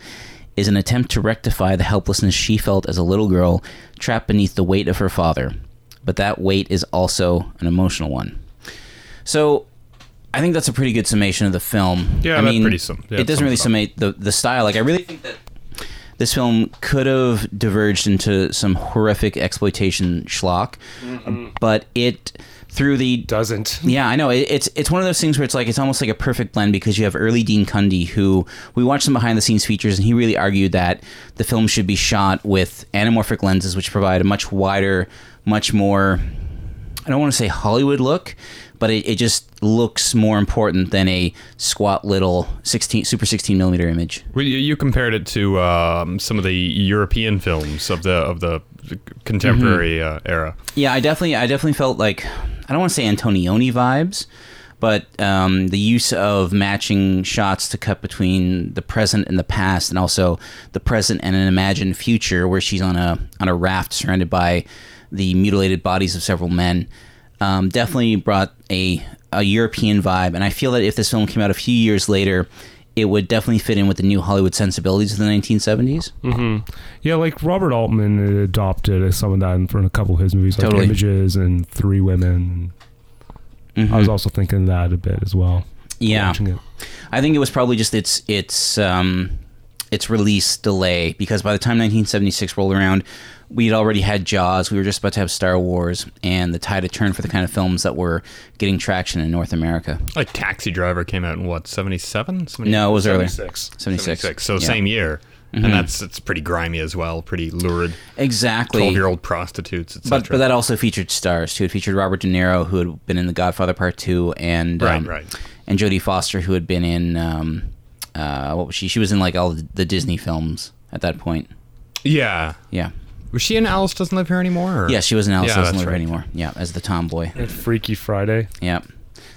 is an attempt to rectify the helplessness she felt as a little girl trapped beneath the weight of her father. But that weight is also an emotional one. So, I think that's a pretty good summation of the film. Yeah, I that mean, pretty sum- yeah, it doesn't really sums summate the the style. Like, I really think that this film could have diverged into some horrific exploitation schlock, but it through the Doesn't. *laughs* yeah, I know. It, it's it's one of those things where it's like it's almost like a perfect blend because you have early Dean Cundy, who we watched some behind the scenes features, and he really argued that the film should be shot with anamorphic lenses, which provide a much wider, much more I don't want to say Hollywood look, but it, it just looks more important than a squat little sixteen super sixteen millimeter image. Well, you, you compared it to um, some of the European films of the of the contemporary Mm-hmm. uh, era. Yeah, I definitely, I definitely felt like I don't want to say Antonioni vibes, but um, the use of matching shots to cut between the present and the past, and also the present and an imagined future, where she's on a on a raft surrounded by the mutilated bodies of several men, um, definitely brought a a European vibe. And I feel that if this film came out a few years later, it would definitely fit in with the new Hollywood sensibilities of the 1970s. Mm-hmm. Yeah, like Robert Altman adopted some of that in- from a couple of his movies, like Totally. Images and Three Women. I was also thinking that a bit as well. Mm-hmm. Yeah. watching it. I think it was probably just its its um, its release delay because by the time 1976 rolled around, we had already had Jaws. We were just about to have Star Wars, and the tide had turned for the kind of films that were getting traction in North America. Like Taxi Driver came out in what 77? No, it was earlier. 76. 76. So Yeah. Mm-hmm. same year. And that's it's pretty grimy as well, pretty lurid. Exactly. Twelve year old prostitutes, etc. But, but that also featured stars too. It featured Robert De Niro, who had been in The Godfather Part Two, and Right, um, right. and Jodie Foster, who had been in um, uh, what was she? She was in like all the Disney films at that point. yeah. Yeah, Was she in Alice Doesn't Live Here Anymore? Or? yeah, she was in Alice Yeah, Doesn't that's Live right. Anymore. Yeah, as the tomboy. And Freaky Friday. Yeah,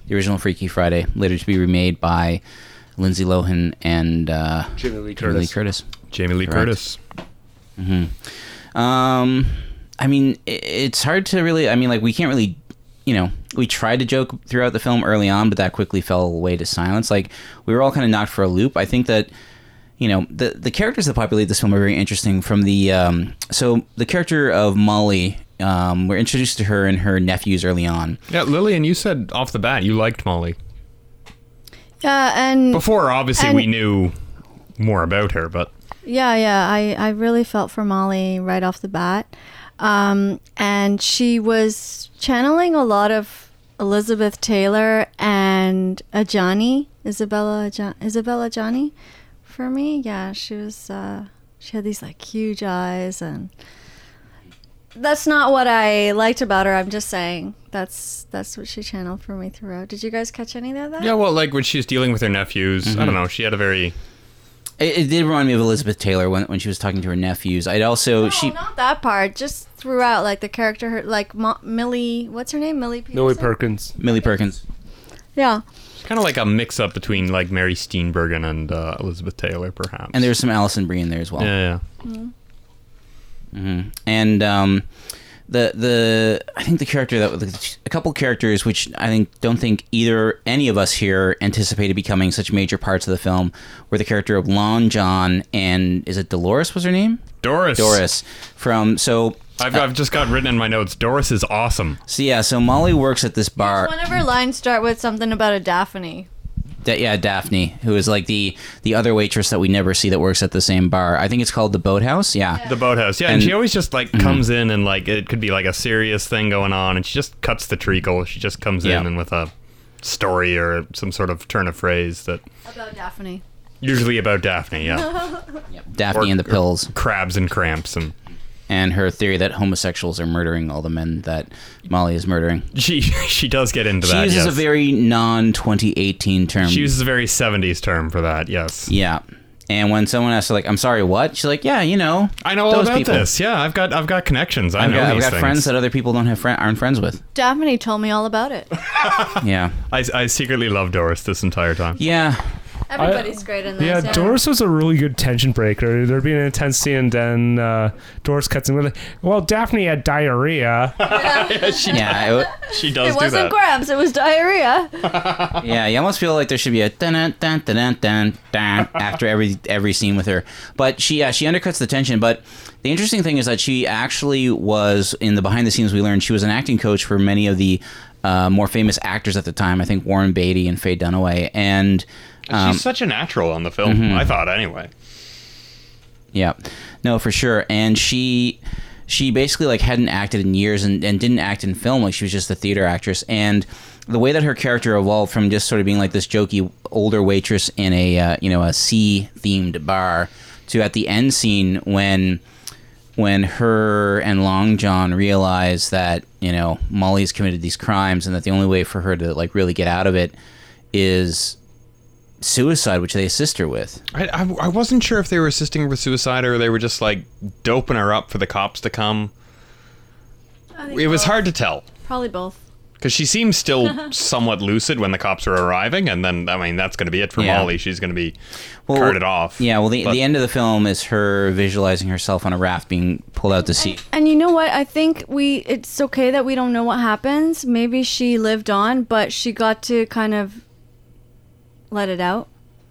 the original Freaky Friday, later to be remade by Lindsay Lohan and uh, Jimmy Lee Jamie Lee Curtis. Curtis. Jamie Lee Correct. Curtis. Um, I mean, i it's hard to really. I mean, like we can't really. You know, we tried to joke throughout the film early on, but that quickly fell away to silence. Like we were all kind of knocked for a loop. I think that. You know the the characters that populate this film are very interesting. From the um, so the character of Molly, um, we're introduced to her and her nephews early on. Yeah, Lillian, you said off the bat you liked Molly. Yeah, Uh, and Before obviously we Um, And- knew more about her, but Yeah, yeah. I, I really felt for Molly right off the bat. Um, and she was channeling a lot of Elizabeth Taylor and Ajani, Isabella, Aja- Isabella Ajani for me. Yeah, she was, uh, she had these like huge eyes and that's not what I liked about her. I'm just saying that's, that's what she channeled for me throughout. Did you guys catch any of that? Yeah, well, like when she's dealing with her nephews, I Mhm. don't know. She had a very It, it did remind me of Elizabeth Taylor when, when she was talking to her nephews. I'd also No, she not that part. Just throughout, like the character, her, like Mo- Millie. What's her name? Millie. Peterson? Millie Perkins. Millie Perkins. Yeah, kind of like a mix up between like Mary Steenburgen and uh, Elizabeth Taylor, perhaps. And there's some Allison Brie in there as well. yeah, And um, the the I think the character that a couple characters which I think don't think either any of us here anticipated becoming such major parts of the film were the character of Lon John and is it Dolores was her name? Doris. Doris from so I've, I've just got written in my notes. Doris is awesome. so yeah so Molly works at this bar. one of her lines start with something about a Daphne. Da- yeah, Daphne, who is like the the other waitress that we never see that works at the same bar. I think it's called the Boathouse. Yeah, The boathouse, yeah, and, And- Mhm. she always just like comes in and like it could be like a serious thing going on, and she just cuts the treacle. She just comes Yeah. in and with a story or some sort of turn of phrase that About Daphne. usually about *laughs* Daphne, yeah, Daphne Or- and the pills, crabs and cramps, and and her theory that homosexuals are murdering all the men that Molly is murdering. she *laughs* she does get into She that. uses yes. a very non 2018 term. she uses a very seventies term for that. Yes, yeah. And when someone asks her, like, "I'm sorry, what?" She's like, "Yeah, you know, I know all those about people. this. Yeah, I've got I've got connections. I I've know got, I've these got things. friends that other people don't have friend aren't friends with." Daphne told me all about *laughs* it. Yeah, I, I secretly love Doris this entire time. *laughs* yeah. Everybody's great in this. Yeah, Doris was a really good tension breaker. There'd be an intense scene, and then uh, Doris cuts in with, like, "Well, Daphne had diarrhea." Yeah, it w- She It does wasn't cramps. It was diarrhea. Yeah, you almost feel like there should be a dun dun dun dun dun dun after every every scene with her. But she yeah, she undercuts the tension. But the interesting thing is that she actually was in the behind the scenes. We learned she was an acting coach for many of the uh, more famous actors at the time. I think Warren Beatty and Faye Dunaway. And Um, Mm-hmm. She's such a natural on the film. I thought anyway. Yeah. No, for sure. And she she basically like hadn't acted in years and, and didn't act in film like she was just a theater actress and the way that her character evolved from just sort of being like this jokey older waitress in a uh, you know a sea themed bar to at the end scene when when her and Long John realize that you know Molly's committed these crimes and that the only way for her to like really get out of it is suicide, which they assist her with. I, I, I wasn't sure if they were assisting her with suicide or they were just like doping her up for the cops to come. It was hard to tell Probably both. because she seems *laughs* still somewhat lucid when the cops are arriving, and then I mean that's going to be it for Yeah. Molly. She's going to be Well, carted off. Yeah, well, the, But- the end of the film is her visualizing herself on a raft being pulled out to sea. And you know what? I think we it's okay that we don't know what happens. Maybe she lived on, but she got to kind of let it out.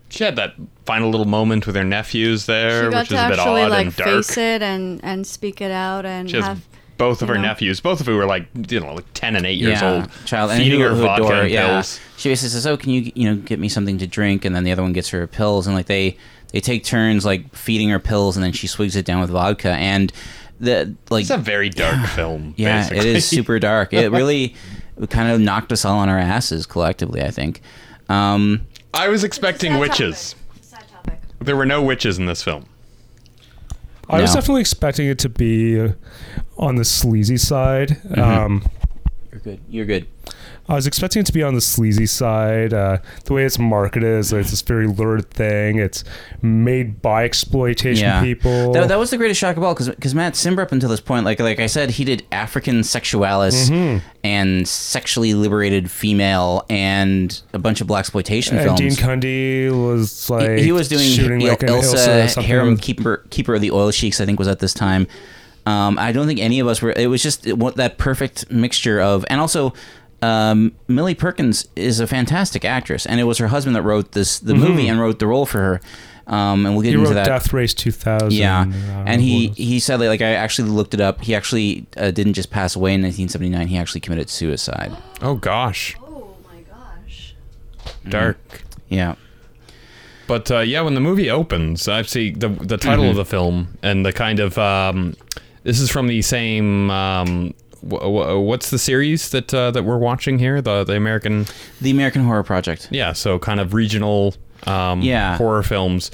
she had that final little moment with her nephews there, she got which to is a bit actually odd like and dark. face it and and speak it out and She has have both of you her know. nephews, both of who were like you know like ten and eight years yeah, old, child, and feeding who, her who vodka adore- and yeah. pills. She basically says, "Oh, can you you know get me something to drink?" And then the other one gets her pills, and like they they take turns like feeding her pills, and then she swigs it down with vodka, and the like It's a very *laughs* dark film. Yeah, basically. it is super dark. It really kind of knocked us all on our asses collectively, I think. Um, *laughs* I was expecting Side witches. topic. Side topic. There were no witches in this film. I was No. definitely expecting it to be uh, on the sleazy side. Mm-hmm. Um, you're good. You're good. I was expecting it to be on the sleazy side. Uh, the way it's marketed is it's this very lurid thing. It's made by exploitation Yeah, people. That, that was the greatest shock of all because Matt Simber up until this point, like like I said, he did African Sexualis Mm-hmm. and sexually liberated female and a bunch of black exploitation and films. Dean Cundy was like he, he was doing shooting Il- like an Ilsa or Ilsa, something harem with- keeper, keeper of the oil sheiks. I think was at this time. Um, I don't think any of us were. It was just it, wa- that perfect mixture of, and also um, Millie Perkins is a fantastic actress, and it was her husband that wrote this the movie and wrote the role for her. Um, and we'll Mm-hmm. get He into wrote that. Death Race 2000. Yeah, uh, and he what- he said like I actually looked it up. He actually uh, didn't just pass away in 1979. He actually committed suicide. Oh gosh, Oh my gosh. dark. Yeah, But uh, yeah, when the movie opens, I see the the title Mm-hmm. of the film and the kind of um, this is from the same. Um, wh- wh- what's the series that uh, that we're watching here? The the American the American Horror Project. yeah, so kind of regional. Um, Yeah. Mm-hmm. horror films.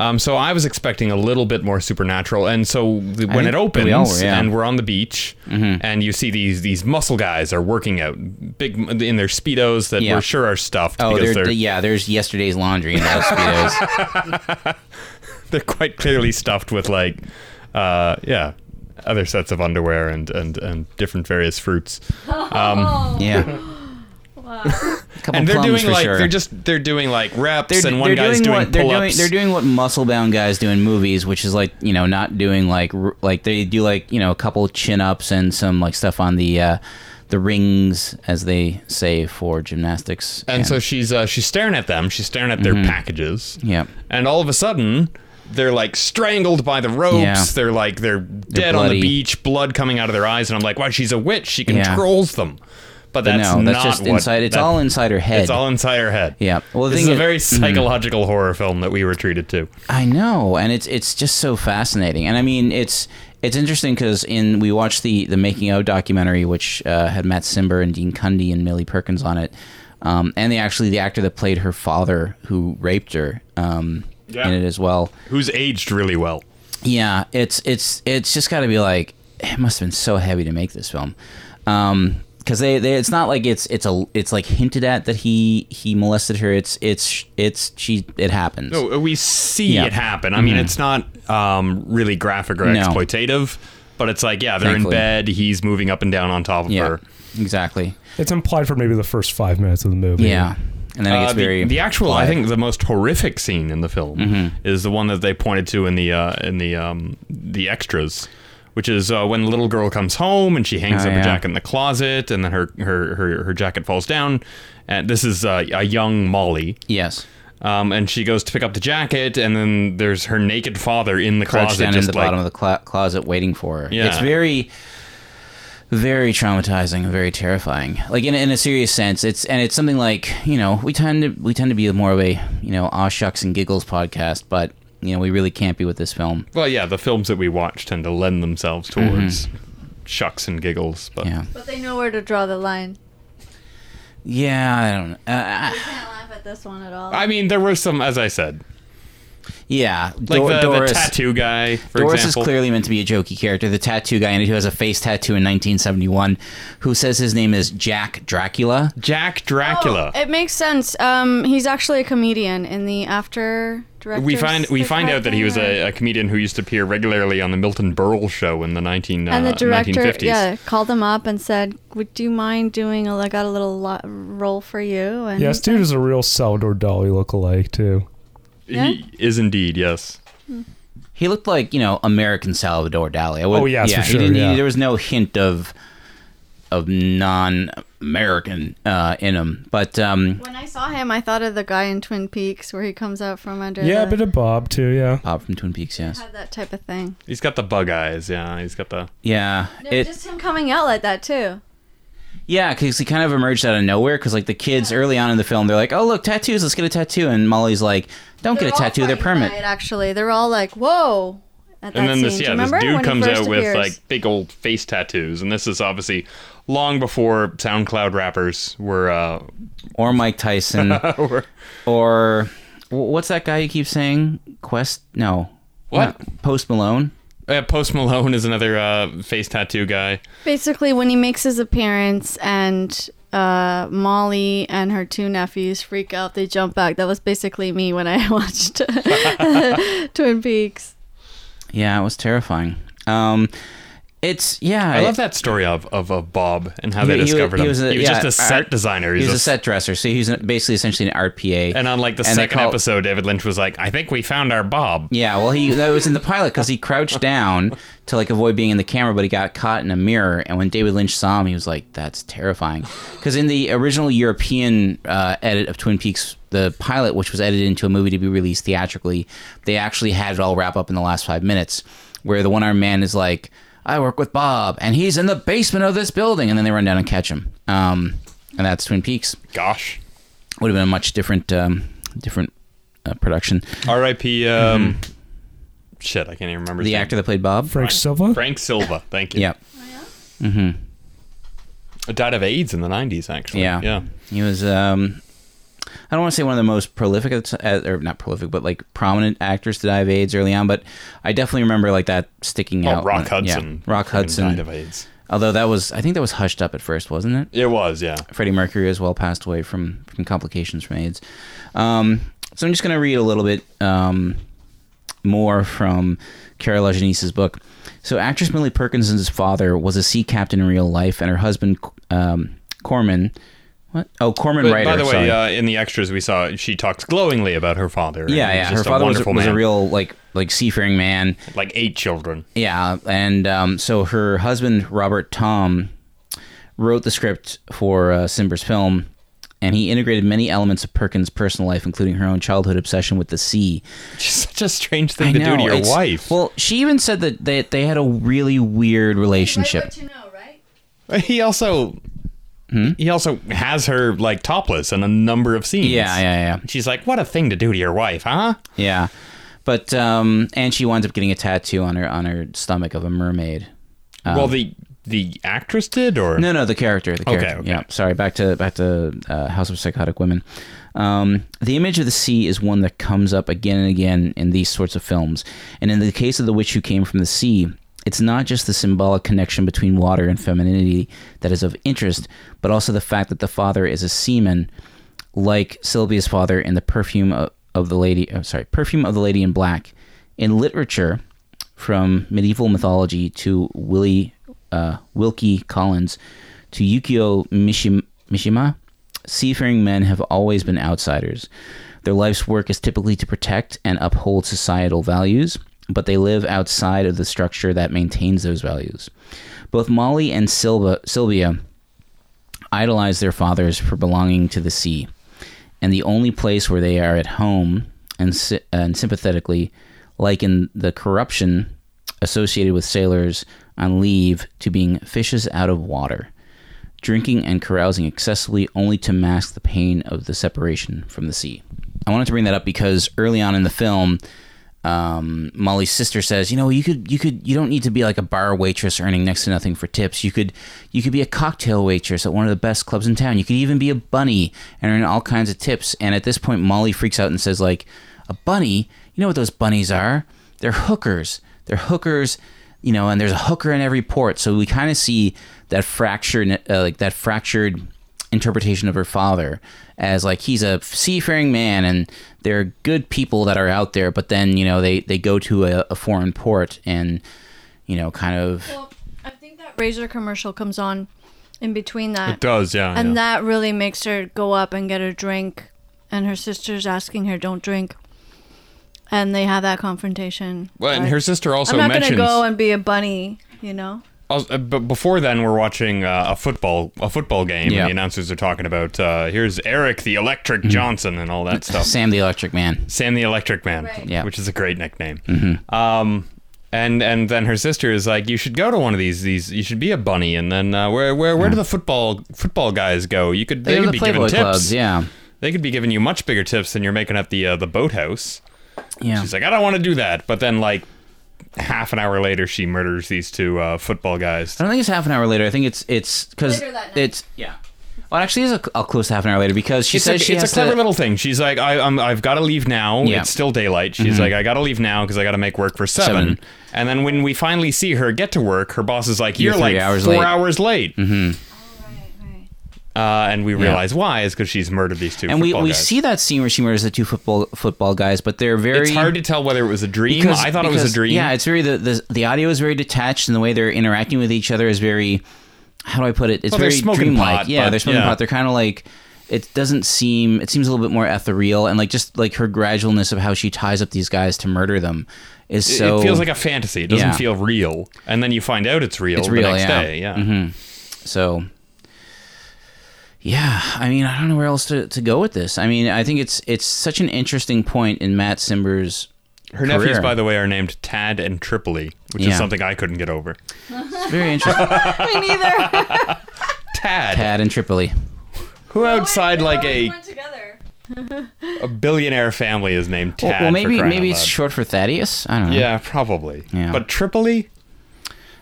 Um, so I was expecting a little bit more supernatural, and so the, when it think opens we all were, yeah. Mm-hmm. and we're on the beach, and you see these these muscle guys are working out, big in their speedos that Yeah. we're sure are stuffed Oh, because there, they're yeah. There's yesterday's laundry in those speedos. they're quite clearly stuffed with like uh yeah other sets of underwear and and and different various fruits Yeah. Couple and they're plums doing for like sure. they're just they're doing like reps They're- and one they're guy's doing doing, what they're doing. pull-ups They're doing what muscle-bound guys do in movies, which is like you know not doing like r- like they do like you know a couple chin-ups and some like stuff on the uh, the rings as they say for gymnastics. and so she's uh she's staring at them she's staring at their packages Mm-hmm. yeah. and all of a sudden they're like strangled by the ropes Yeah. they're like they're, dead on bloody. the beach blood coming out of their eyes and i'm like wow she's a witch she Yeah. controls them but But that's no, that's not just what- inside. It's that- all inside her head. it's all inside her head yeah. Well, the this thing is a is- Mm-hmm. very psychological horror film that we were treated to I know, and it's it's just so fascinating. And I mean, it's it's interesting because in we watched the the making of documentary, which uh, had Matt Simber and Dean Cundy and Millie Perkins on it, um, and they actually the actor that played her father who raped her um, Yeah. in it as well. who's aged really well. Yeah, it's it's it's just got to be like it must have been so heavy to make this film, because they, they it's not like it's it's a it's like hinted at that he he molested her. It's it's it's she it happens. No, we see Yeah. Mm-hmm. it happen. I mean, it's not um, really graphic or No. exploitative, but it's like, yeah, they're Thankfully. in bed. He's moving up and down on top of yeah, her. exactly. it's implied for maybe the first five minutes of the movie. Yeah, and then it Uh, gets the, very the actual, I quiet. Mm-hmm. think, the most horrific scene in the film is the one that they pointed to in the uh, in the um, the extras, which is uh, when the little girl comes home and she hangs Oh, up yeah. her jacket in the closet, and then her her her, her jacket falls down, and this is uh, a young Molly. yes, Um, and she goes to pick up the jacket, and then there's her naked father in the crouched closet, down in just the like bottom of the clo closet waiting for her. Yeah. It's very, very traumatizing, and very terrifying. Like in, in a serious sense, it's and it's something like you know we tend to we tend to be more of a you know aw shucks and giggles podcast, but you know we really can't be with this film. Well, yeah, the films that we watch tend to lend themselves towards shucks and giggles. But Mm-hmm. Yeah, But they know where to draw the line. yeah, I don't. know. Uh, You can't laugh at this one at all. I mean, there were some, as I said, yeah, like Dor- the, Doris- the tattoo guy, for Doris example. is clearly meant to be a jokey character. The tattoo guy and who has a face tattoo in 1971, who says his name is Jack Dracula. Jack Dracula. Oh, it makes sense. Um, he's actually a comedian in the after director. we find we find out that he was a, a comedian who used to appear regularly on the Milton Berle show in the 19, and the uh, director 1950s. yeah called him up and said, "Would you mind doing a I got a little lo- role for you?" And Yeah, this dude is a real Salvador Dali lookalike too. He is indeed, yes. He looked like you know American Salvador Dali. I would, Oh, yes, yeah, for he sure, didn't- he- yeah. there was no hint of of non-American uh, in him, but um, when I saw him, I thought of the guy in Twin Peaks where he comes out from under. Yeah, a the, bit of Bob too. Yeah, Bob from Twin Peaks, yes, had that type of thing. He's got the bug eyes, yeah. He's got the yeah, it, just him coming out like that too. yeah, because he kind of emerged out of nowhere. Because like the kids early on in the film, they're like, "Oh look, tattoos, let's get a tattoo," and Molly's like, "Don't get a tattoo, they're permanent." actually, they're all like, "Whoa!" At that and then scene. this Do you yeah, this remember dude when he comes first out with appears? like big old face tattoos, and this is obviously long before SoundCloud rappers were uh, or *laughs* Mike Tyson, Or- or wh- what's that guy you keep saying? Quest? No. What? Not Post Malone? Uh, Post Malone is another uh, face tattoo guy. Basically, when he makes his appearance and uh, Molly and her two nephews freak out, they jump back. That was basically me when *laughs* I watched Twin Peaks. Yeah, it was terrifying. Um, it's yeah. I love that story of of, of Bob and how they He- he- discovered he him. was a- he was yeah, just a set art- designer. He He's was a s- set dresser, so he's basically essentially an art PA. And on like the And they second call- episode, David Lynch was like, "I think we found our Bob." Yeah, well, he that was in the pilot because he crouched down to like avoid being in the camera, but he got caught in a mirror. And when David Lynch saw him, he was like, "That's terrifying." Because in the original European uh, edit of Twin Peaks, the pilot, which was edited into a movie to be released theatrically, they actually had it all wrap up in the last five minutes, where the one armed man is like, "I work with Bob, and he's in the basement of this building," and then they run down and catch him. Um, and that's Twin Peaks. Gosh, Would have been a much different, um, different uh, production. R.I.P. Um, Shit, I can't even remember his The name. actor that played Bob. Oh, Frank Silva. Frank Silva. Thank you. Yeah. Mm-hmm. died of AIDS in the '90s, actually. Yeah. yeah. He was, um, I don't want to say one of the most prolific, at the ti- uh, or not prolific, but like prominent actors to die of AIDS early on. But I definitely remember like that sticking Oh, out. Rock when- yeah, Hudson. Rock Friggin' died of Hudson. AIDS. Although that was, I think that was hushed up at first, wasn't it? It was, yeah. Freddie Mercury as well passed away from, from complications from AIDS. Um, so I'm just going to read a little bit um, more from Carol Janice's book. So actress Millie Perkinson's father was a sea captain in real life, and her husband um, Corman. What? Oh, Corman But Ryder. by the way, sorry. uh, in the extras we saw, she talks glowingly about her father. and yeah, he's yeah. Her just a father was, wonderful was a man. real like like seafaring man. like eight *laughs* children. Yeah, and um, so her husband Robert Tom wrote the script for uh, Simber's film, and he integrated many elements of Perkins' personal life, including her own childhood obsession with the sea. Such a strange thing to I know, do to your it's- wife. Well, she even said that they they had a really weird relationship. you know, right? *laughs* he also Hmm? he also has her like topless in a number of scenes. Yeah, yeah, yeah, She's like, "What a thing to do to your wife, huh?" yeah. But um, and she winds up getting a tattoo on her on her stomach of a mermaid. Uh-huh. well, the the actress did, or No, no, the character. The Okay, character. okay. Yeah, sorry. Back to back to uh, House of Psychotic Women. Um, the image of the sea is one that comes up again and again in these sorts of films, and in the case of the witch who came from the sea. It's not just the symbolic connection between water and femininity that is of interest, but also the fact that the father is a seaman, like Sylvia's father in the perfume of, of the lady. Oh, sorry, perfume of the lady in black. In literature, from medieval mythology to Willie uh, Wilkie Collins to Yukio Mishima, Mishima, seafaring men have always been outsiders. Their life's work is typically to protect and uphold societal values, but they live outside of the structure that maintains those values. Both Molly and Silva, Sylvia idolize their fathers for belonging to the sea, and the only place where they are at home and, sy- and sympathetically liken the corruption associated with sailors on leave to being fishes out of water, drinking and carousing excessively only to mask the pain of the separation from the sea. I wanted to bring that up because early on in the film, um, Molly's sister says, "You know, you could, you could, you don't need to be like a bar waitress earning next to nothing for tips. You could, you could be a cocktail waitress at one of the best clubs in town. You could even be a bunny and earn all kinds of tips." And at this point, Molly freaks out and says, "Like a bunny? You know what those bunnies are? They're hookers. They're hookers." You know, and there's a hooker in every port, so we kind of see that fractured, uh, like that fractured interpretation of her father as like he's a seafaring man and there are good people that are out there but then you know they they go to a, a foreign port and you know kind of Well, I think that razor commercial comes on in between that. It does, yeah. And yeah. that really makes her go up and get a drink. And her sister's asking her, don't drink. And they have that confrontation. well, and Like, her sister also I'm not mentions. gonna go and be a bunny, you know? Also- uh, but before then, we're watching uh, a football a football game. Yeah. Mm-hmm. And the announcers are talking about uh, here's Eric the Electric Johnson and all that stuff. sam the electric man Sam the Electric Man, Yeah. Mm-hmm. which is a great nickname. Um, and and then her sister is like, you should go to one of these these. You should be a bunny. And then uh, where where where do the football football guys go? You could they, they could are the be given playboy tips. clubs yeah They could be giving you much bigger tips than you're making at the uh, the boathouse. yeah She's like, I don't want to do that. But then like half an hour later, she murders these two uh, football guys. I don't think it's half an hour later. I think it's it's because Later that night. it's yeah. Well, it actually, is a, a close to half an hour later because she it's says a, she it's has a clever to. little thing. She's like, I, I'm, I've got to leave now. Yeah. Mm-hmm. It's still daylight. She's like, I got to leave now because I got to make work for seven. Seven. And then when we finally see her get to work, her boss is like, You're You're, three like hours four late." Mm-hmm. hours late. Uh, and we Yeah. realize why is because she's murdered these two. and we, football we guys. see that scene where she murders the two football football guys, but they're very. It's hard to tell whether it was a dream. because- I thought it was because, a dream. Yeah, it's very the, the the audio is very detached, and the way they're interacting with each other is very. How do I put it? It's Well, they're very smoking dreamlike. pot, yeah, but- they're smoking yeah. pot. They're kind of like. It doesn't seem. It seems a little bit more ethereal, and like just like her gradualness of how she ties up these guys to murder them is It- so. it feels like a fantasy. It doesn't Yeah. feel real. And then you find out it's real It's the real, next yeah. Mm-hmm. day. Yeah. So, yeah, I mean, I don't know where else to, to go with this. I mean, I think it's it's such an interesting point in Matt Simber's. Her nephews, by the way, are named Tad and Tripoli, which Yeah. is something I couldn't get over. *laughs* very interesting. Me neither. Tad, Tad and Tripoli. who outside like a together. a billionaire family is named Tad. Well, well, maybe for crying maybe out it's loud. short for Thaddeus. I don't know. yeah, probably. Yeah. But Tripoli,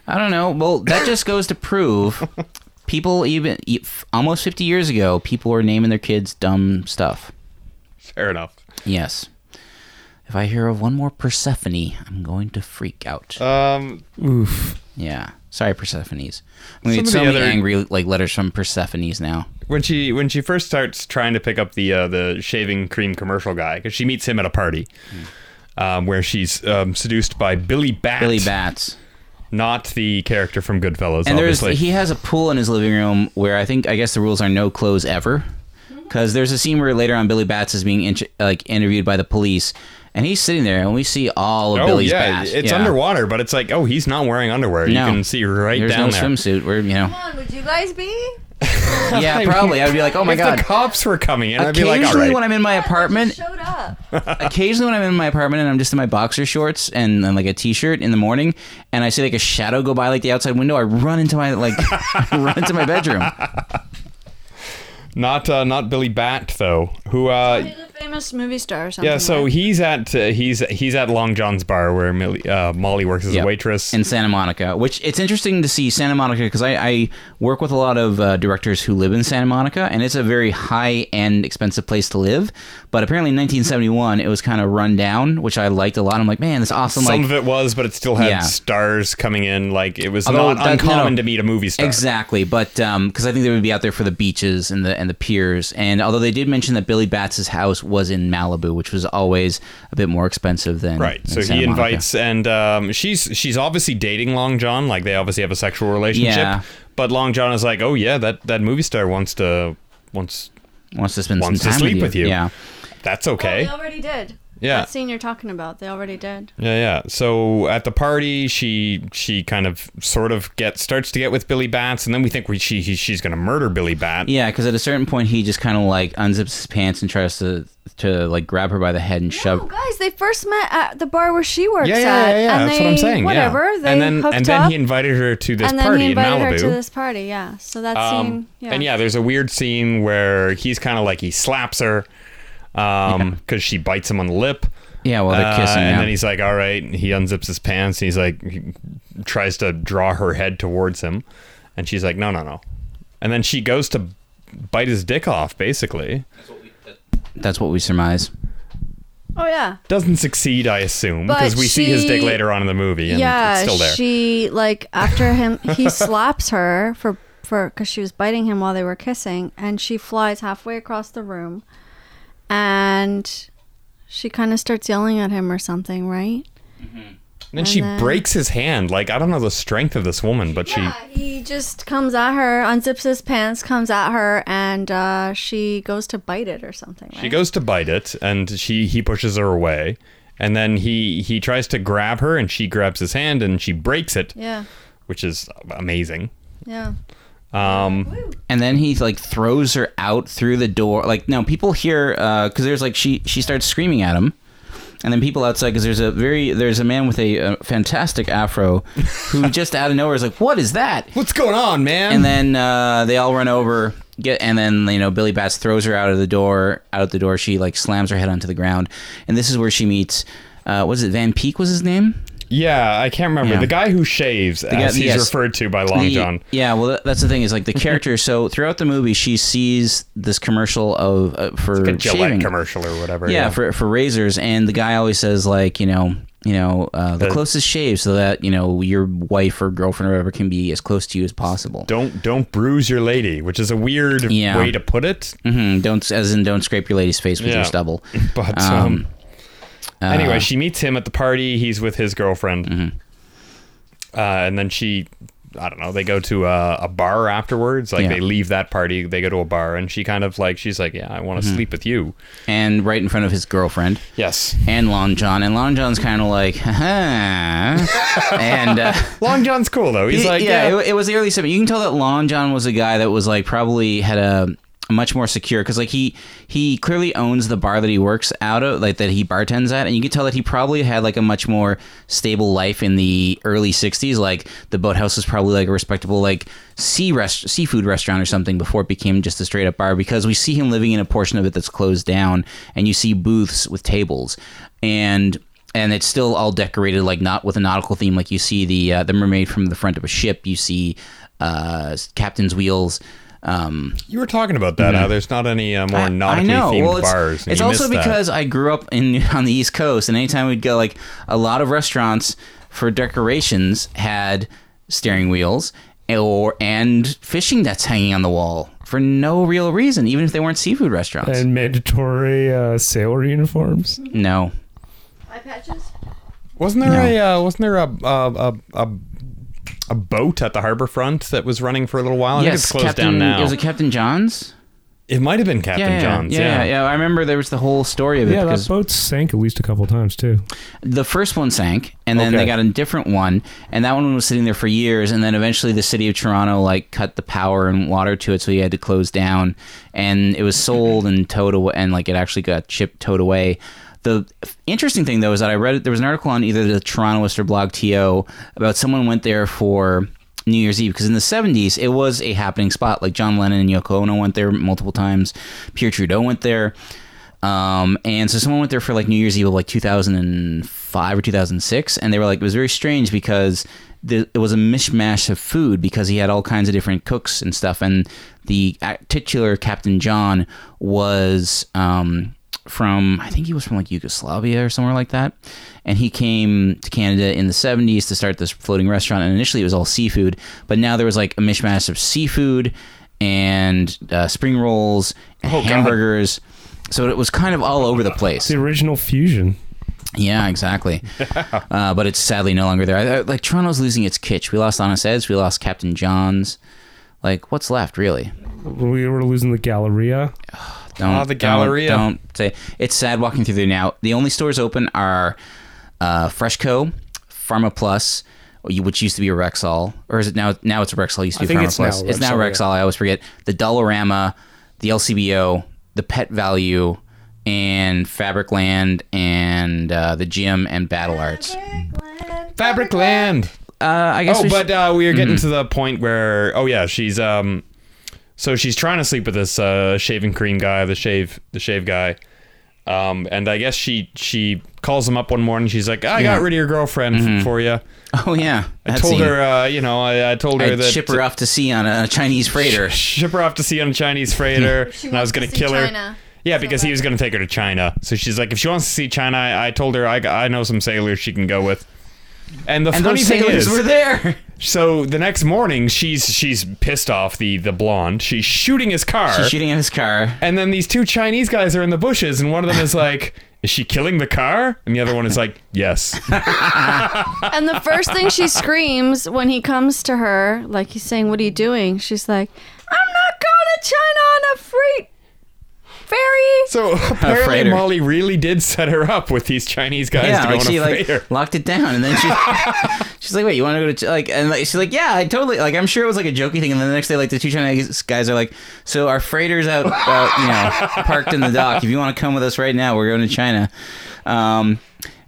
I don't know. Well, that just goes *laughs* to prove people even e- f- almost 50 years ago, people were naming their kids dumb stuff. fair enough. Yes. If I hear of one more Persephone, I'm going to freak out. Um, Oof. Yeah. Sorry, Persephone's. I'm Some gonna get of so the many other- angry like letters from Persephone's now. when she when she first starts trying to pick up the uh, the shaving cream commercial guy, because she meets him at a party, um, where she's um, seduced by Billy Bat, Hmm. Billy Bats. not the character from Goodfellas, And there's obviously. he has a pool in his living room where I think I guess the rules are no clothes ever. Mm-hmm. Because there's a scene where later on Billy Bats is being inter- like interviewed by the police, and he's sitting there, and we see all of Oh Billy's yeah, bats. it's Yeah. underwater, but it's like, oh, he's not wearing underwear. No. You can see right There's down no there. swimsuit. Where you know, Come on, would you guys be? yeah, probably. I'd be like, oh my if god. the cops were coming in, I'd be Occasionally, like, all right. when I'm in my apartment, Showed up. occasionally when I'm in my apartment and I'm just in my boxer shorts and, and like a t-shirt in the morning, and I see like a shadow go by like the outside window, I run into my like *laughs* I run into my bedroom. Not uh, not Billy Bat though, who uh, He's a famous movie star or something. Yeah, so right? he's at uh, he's he's at Long John's bar where Millie, uh, Molly works as Yep. a waitress. in Santa Monica, which it's interesting to see Santa Monica because I, I work with a lot of uh, directors who live in Santa Monica, and it's a very high end, expensive place to live. But apparently, in 1971, it was kind of run down, which I liked a lot. I'm like, man, this awesome. Some like, of it was, but it still had Yeah. stars coming in. Like it was Although not that- uncommon no. to meet a movie star. Exactly, but because I think they would be out there for the beaches and the and the piers. And although they did mention that Billy Batts' house was in Malibu, which was always a bit more expensive than Right. than So Santa he Monica. invites, and um, she's she's obviously dating Long John. Like they obviously have a sexual relationship. Yeah. But Long John is like, oh yeah, that that movie star wants to wants. wants to spend wants some to time sleep with, with you. you. Yeah, That's Well, Oh, okay. they already did. Yeah. That scene you're talking about, they already did. Yeah, yeah. So at the party, she she kind of sort of get starts to get with Billy Bats, and then we think we, she he, she's gonna murder Billy Bat. yeah. Because at a certain point, he just kind of like unzips his pants and tries to to like grab her by the head and No, shove. Oh, guys, they first met at the bar where she works yeah, yeah, at. yeah, yeah. And That's they, what I'm saying. Whatever. yeah. They and then hooked and then up, he invited her to this and then party he invited in Malibu. her to this party. Yeah. So that Um, scene. Yeah. And yeah, there's a weird scene where he's kind of like he slaps her because she um, bites him on the lip. Yeah, well, they're Uh, kissing. and yeah. then he's like, "All right." and He unzips his pants. And he's like, he tries to draw her head towards him, and she's like, "No, no, no." And then she goes to bite his dick off, basically. That's what we surmise. Oh yeah. Doesn't succeed, I assume, But because we see his dick she- later on in the movie, and yeah, it's still there. she like after him he slaps her for for because she was biting him while they were kissing and she flies halfway across the room and she kind of starts yelling at him or something right And then she and then- breaks his hand. Like I don't know the strength of this woman, but she he just comes at her unzips his pants comes at her and uh, she goes to bite it or something she goes to bite it, and she he pushes her away, and then he he tries to grab her, and she grabs his hand, and she breaks it, yeah which is amazing. *laughs* yeah. Um, and then he like throws her out through the door like no people hear because there's like she she starts screaming at him and then people outside because there's a very there's a man with a, uh fantastic afro who just out of nowhere is like what is that What's going on, man? and then uh, they all run over get and then you know billy bats throws her out of the door out the door she like slams her head onto the ground and this is where she meets uh, was it van peek was his name yeah, I can't remember Yeah. the guy who shaves, The guy- as he's yes. referred to by Long The- John. Yeah, well, that- that's the thing *laughs* is like the character. so throughout the movie, she sees this commercial of uh, for Like a Gillette shaving. commercial or whatever. Yeah, for for razors, and the guy always says like, you know, you know, uh, the Uh, closest shave, so that you know your wife or girlfriend or whatever can be as close to you as possible. don't don't bruise your lady, which is a weird Yeah. way to put it. hmm don't as in don't scrape your lady's face with Yeah. *laughs* your stubble. But um, Um, anyway, she meets him at the party. He's with his girlfriend, Mm-hmm. uh, and then she, I don't know, they go to a, a bar afterwards. Like Yeah. they leave that party, they go to a bar, and she kind of like she's like, yeah, I Mm-hmm. want to sleep with you. and right in front of his girlfriend. Yes, And Lon John, and Lon John's kind of like, *laughs* "Ha-ha." and uh, Long John's cool though. He's He- like, yeah, yeah, It, it was the early 70s. You can tell that Lon John was a guy that was like probably had a a much more secure because like he he clearly owns the bar that he works out of like that he bartends at and you can tell that he probably had like a much more stable life in the early 60s like the boathouse was probably like a respectable like sea rest seafood restaurant or something before it became just a straight up bar because we see him living in a portion of it that's closed down and you see booths with tables and and it's still all decorated like not with a nautical theme like you see the uh, the mermaid from the front of a ship you see uh, captain's wheels um, you were talking about that. Mm-hmm. How there's not any uh, more nautically themed it's, bars. and it's you also missed that. because I grew up in *laughs* on the East Coast, and anytime we'd go, like a lot of restaurants for decorations had steering wheels or and fishing that's hanging on the wall for no real reason, even if they weren't seafood restaurants. and mandatory uh, sailor uniforms. no, eye patches wasn't there a uh, wasn't there a a, a, a a boat at the harbor front that was running for a little while. I think it's closed Captain. down now. It was a Captain John's. It might have been Captain yeah, John's. Yeah, yeah, yeah. I remember there was the whole story of it Yeah, because that boat sank at least a couple times too. the first one sank, and then they Okay. got a different one, and that one was sitting there for years, and then eventually the city of Toronto like cut the power and water to it, so you had to close down, and it was sold and towed away, and like it actually got shipped towed away. The interesting thing though is that I read there was an article on either the Torontoist or Blog TO about someone went there for New Year's Eve because in the 70s it was a happening spot. Like John Lennon and Yoko Ono went there multiple times. Pierre Trudeau went there. Um, and so someone went there for like New Year's Eve of like 2005 or 2006, and they were like, it was very strange because the, it was a mishmash of food because he had all kinds of different cooks and stuff, and the uh, titular Captain John was um, from I think he was from like Yugoslavia or somewhere like that, and he came to Canada in the 70s to start this floating restaurant, and initially it was all seafood, but now there was like a mishmash of seafood and uh, spring rolls and Oh, God. hamburgers. So it was kind of all over the place. The original fusion. Yeah, exactly. uh, but it's sadly no longer there. I, I- like Toronto's losing its kitsch. We lost Honest Ed's. We lost Captain John's. Like, what's left really? We were losing the Galleria. Don't, Ah, the don't- Galleria. Don't, say it's sad walking through there now. The only stores open are uh, Freshco, Pharma Plus, which used to be a Rexall, or is it now? Now it's a Rexall. Used to I be think Pharma it's Plus. now it's now Rexall, Rexall. I always forget the Dollarama, the LCBO, the Pet Value, and Fabricland, and uh, the Gym and Battle Arts. Fabric Land. Uh, I guess. Oh, we but should- uh, we are getting to the point where oh yeah, she's um, so she's trying to sleep with this uh, shaving cream guy, the shave the shave guy, Um, and I guess she she calls him up one morning. She's like, "I Yeah. got rid of your girlfriend f- Mhm. for you." Oh yeah, I that told scene. her, uh, you know, I, I told her I'd that ship her off to sea on a Chinese freighter. ship her off to sea on a *laughs* Chinese freighter, She and I was wants to gonna see kill her. China. Yeah, because he was gonna take her to China. So she's like, if she wants to see China, I, I told her I, I know some sailors she can go with. And the And funny those thing sailors is, *laughs* were there. So the next morning, she's she's pissed off the the blonde. She's shooting his car. She's shooting at his car. And then these two Chinese guys are in the bushes, and one of them *laughs* is like, "Is she killing the car?" And the other one is like, "Yes." *laughs* And the first thing she screams when he comes to her, like he's saying, "What are you doing?" She's like, "I'm not going to China on a freight ferry." So apparently, freighter. Molly really did set her up with these Chinese guys yeah, to go like on she a like freighter. locked it down, and then she *laughs* she's like, "Wait, you want to go to Ch-? like?" And like, she's like, "Yeah, I totally like." I'm sure it was like a jokey thing, and then the next day, like the two Chinese guys are like, "So our freighter's out, out you *laughs* know, parked in the dock. If you want to come with us right now, we're going to China." Um,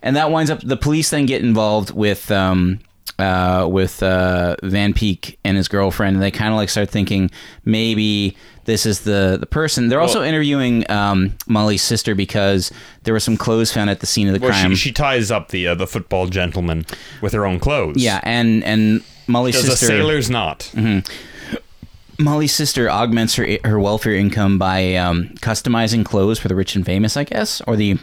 and that winds up the police then get involved with um, uh, with uh, Van Peek and his girlfriend. And they kind of like start thinking maybe this is the the person. They're also Well- interviewing um, Molly's sister because there were some clothes found at the scene of the Well, crime. she, she ties up the uh, the football gentleman with her own clothes. Yeah, and and Molly's does sister Mm-hmm. a sailor's knot? Molly's sister augments her her welfare income by um, customizing clothes for the rich and famous, I guess, or the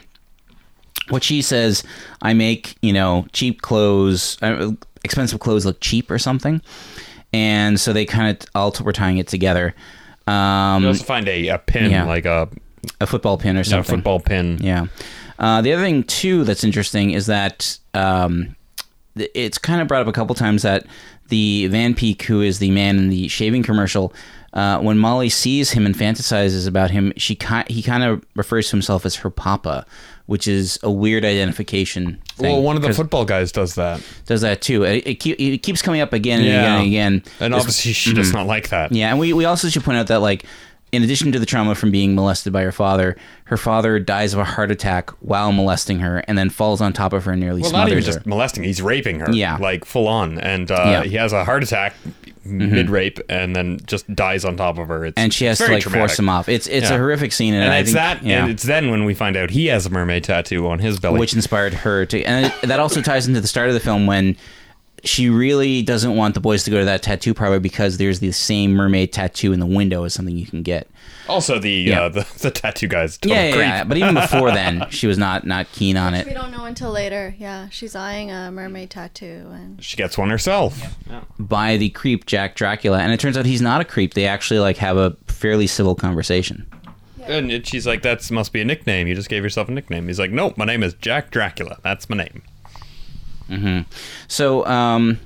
what she says. I make you know cheap clothes, uh, expensive clothes look cheap or something, and so they kind of all t- we're tying it together. Um, You also find a, a pin, Yeah. like a, a football pin or a something. football pin. Yeah. Uh, the other thing too that's interesting is that um, th- it's kind of brought up a couple times that the Van Peek, who is the man in the shaving commercial, uh, when Molly sees him and fantasizes about him, she ki- he kind of refers to himself as her papa, which is a weird identification. Thing, Well, one of the 'cause football guys does that, does that too. It, it, keep, it keeps coming up again and Yeah. again and again. and This- Mm-hmm. obviously she does not like that. yeah, and we, we also should point out that like in addition to the trauma from being molested by her father, her father dies of a heart attack while molesting her and then falls on top of her and nearly Well, not even smothers her. just molesting; he's raping her. Yeah. like full on, and uh, Yeah. he has a heart attack mid rape, and then just dies on top of her. It's, and she it's has to very like traumatic. force him off. It's it's Yeah. a horrific scene and, And, I it's think, that, yeah, and it's then when we find out he has a mermaid tattoo on his belly. which inspired her to and it- that also ties into the start of the film when she really doesn't want the boys to go to that tattoo parlor because there's the same mermaid tattoo in the window as something you can get. also, the Yeah. uh, *laughs* the, the tattoo guy's a total Yeah, yeah, creep. yeah. But even *laughs* before then, she was not not keen on it. We don't know until later. Yeah, she's eyeing a mermaid tattoo, and She gets one herself. by the creep Jack Dracula, and it turns out he's not a creep. They actually like have a fairly civil conversation. And it, she's like, "That must be a nickname. You just gave yourself a nickname." He's like, "Nope, my name is Jack Dracula. That's my name." So um,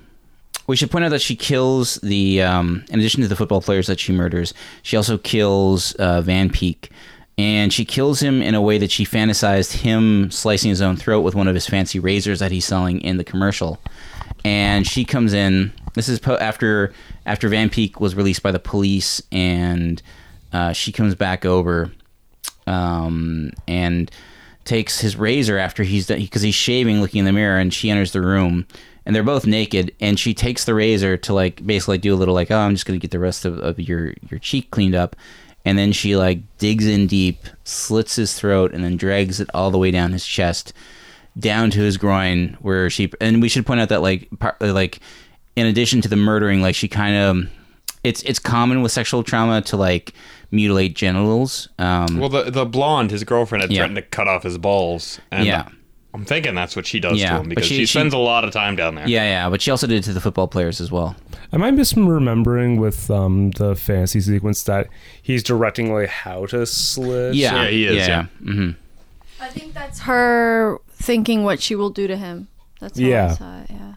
we should point out that she kills the. Um, in addition to the football players that she murders, she also kills uh, Van Peek, and she kills him in a way that she fantasized him slicing his own throat with one of his fancy razors that he's selling in the commercial. And she comes in. This is po- after after Van Peek was released by the police, and uh, she comes back over um, and takes his razor after he's done because he's shaving, looking in the mirror, and she enters the room, and they're both naked, and she takes the razor to like basically do a little like, oh, I'm just gonna get the rest of, of your your cheek cleaned up, and then she like digs in deep, slits his throat, and then drags it all the way down his chest, down to his groin, where she and we should point out that like par, like in addition to the murdering, like she kind of. It's, it's common with sexual trauma to like mutilate genitals. Um, Well, the the blonde, his girlfriend, had Yeah. threatened to cut off his balls. And Yeah. I'm thinking that's what she does Yeah, to him but because she- she, she- spends a lot of time down there. Yeah, yeah, but she also did it to the football players as well. Am I misremembering with um, the fantasy sequence that he's directing like how to slit? Yeah, Yeah, he is, hmm I think that's her thinking what she will do to him. That's how Yeah. I saw it. Yeah,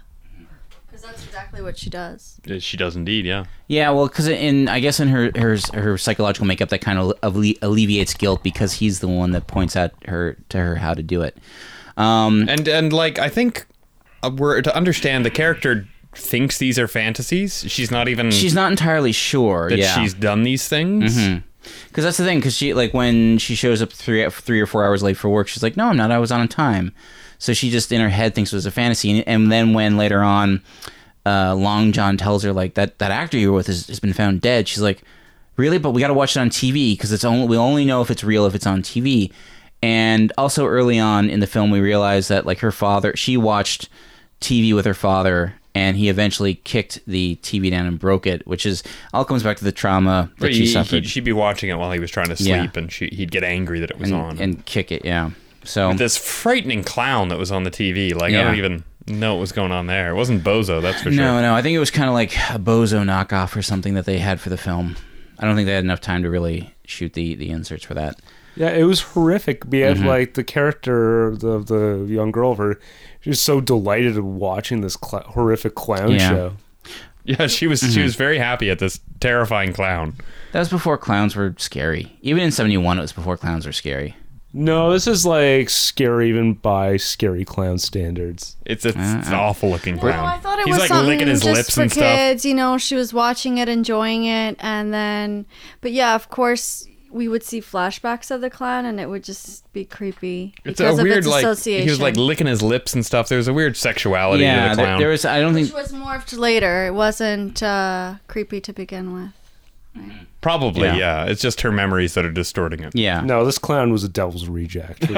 because that's exactly what she does. Yeah, Uh, She does indeed, yeah. Yeah, well, because in I guess in her her her psychological makeup that kind of alle- alleviates guilt because he's the one that points out her to her how to do it. Um, Mm. And and like I think uh, we're to understand the character thinks these are fantasies. She's not even she's not entirely sure. that yeah, Mm-hmm. she's done these things. Because that's the thing. Because she like when she shows up three three or four hours late for work, she's like, "No, I'm not. I was on time." So she just in her head thinks it was a fantasy, and, and then when later on, uh, Long John tells her like that that actor you were with has, has been found dead. She's like, "Really? But we got to watch it on TV because it's only we only know if it's real if it's on TV." And also early on in the film, we realized that like her father, she watched TV with her father, and he eventually kicked the TV down and broke it, which is all comes back to the trauma that But she he, suffered would she'd be watching it while he was trying to sleep, Yeah. and she, he'd get angry that it was and, on. and kick it. Yeah. So But this frightening clown that was on the TV, like I Yeah. don't even know what was going on there. It wasn't Bozo, that's for sure. *laughs* No, no. I think it was kind of like a Bozo knockoff or something that they had for the film. I don't think they had enough time to really shoot the, the inserts for that. Yeah, it was horrific. Be Mhm. like the character of the, the young girl, of her, she was so delighted at watching this cl- horrific clown Yeah. show. Yeah, she was she Mhm. was very happy at this terrifying clown. That was before clowns were scary. Even in 71, it was before clowns were scary. No, this is like scary even by scary clown standards. It's Uh, it's, it's an awful looking clown. I thought it He's, was like, something licking his just lips for and stuff. kids. You know, she was watching it, enjoying it, and then, but yeah, of course, we would see flashbacks of the clown, and it would just be creepy It's because a of weird its like association. he was like licking his lips and stuff. There was a weird sexuality Yeah, to Oh, the there- clown. there was- I don't which was morphed later. It wasn't uh, creepy to begin with. probably Yeah. yeah. It's just her memories that are distorting it. Yeah. No, this clown was a devil's reject.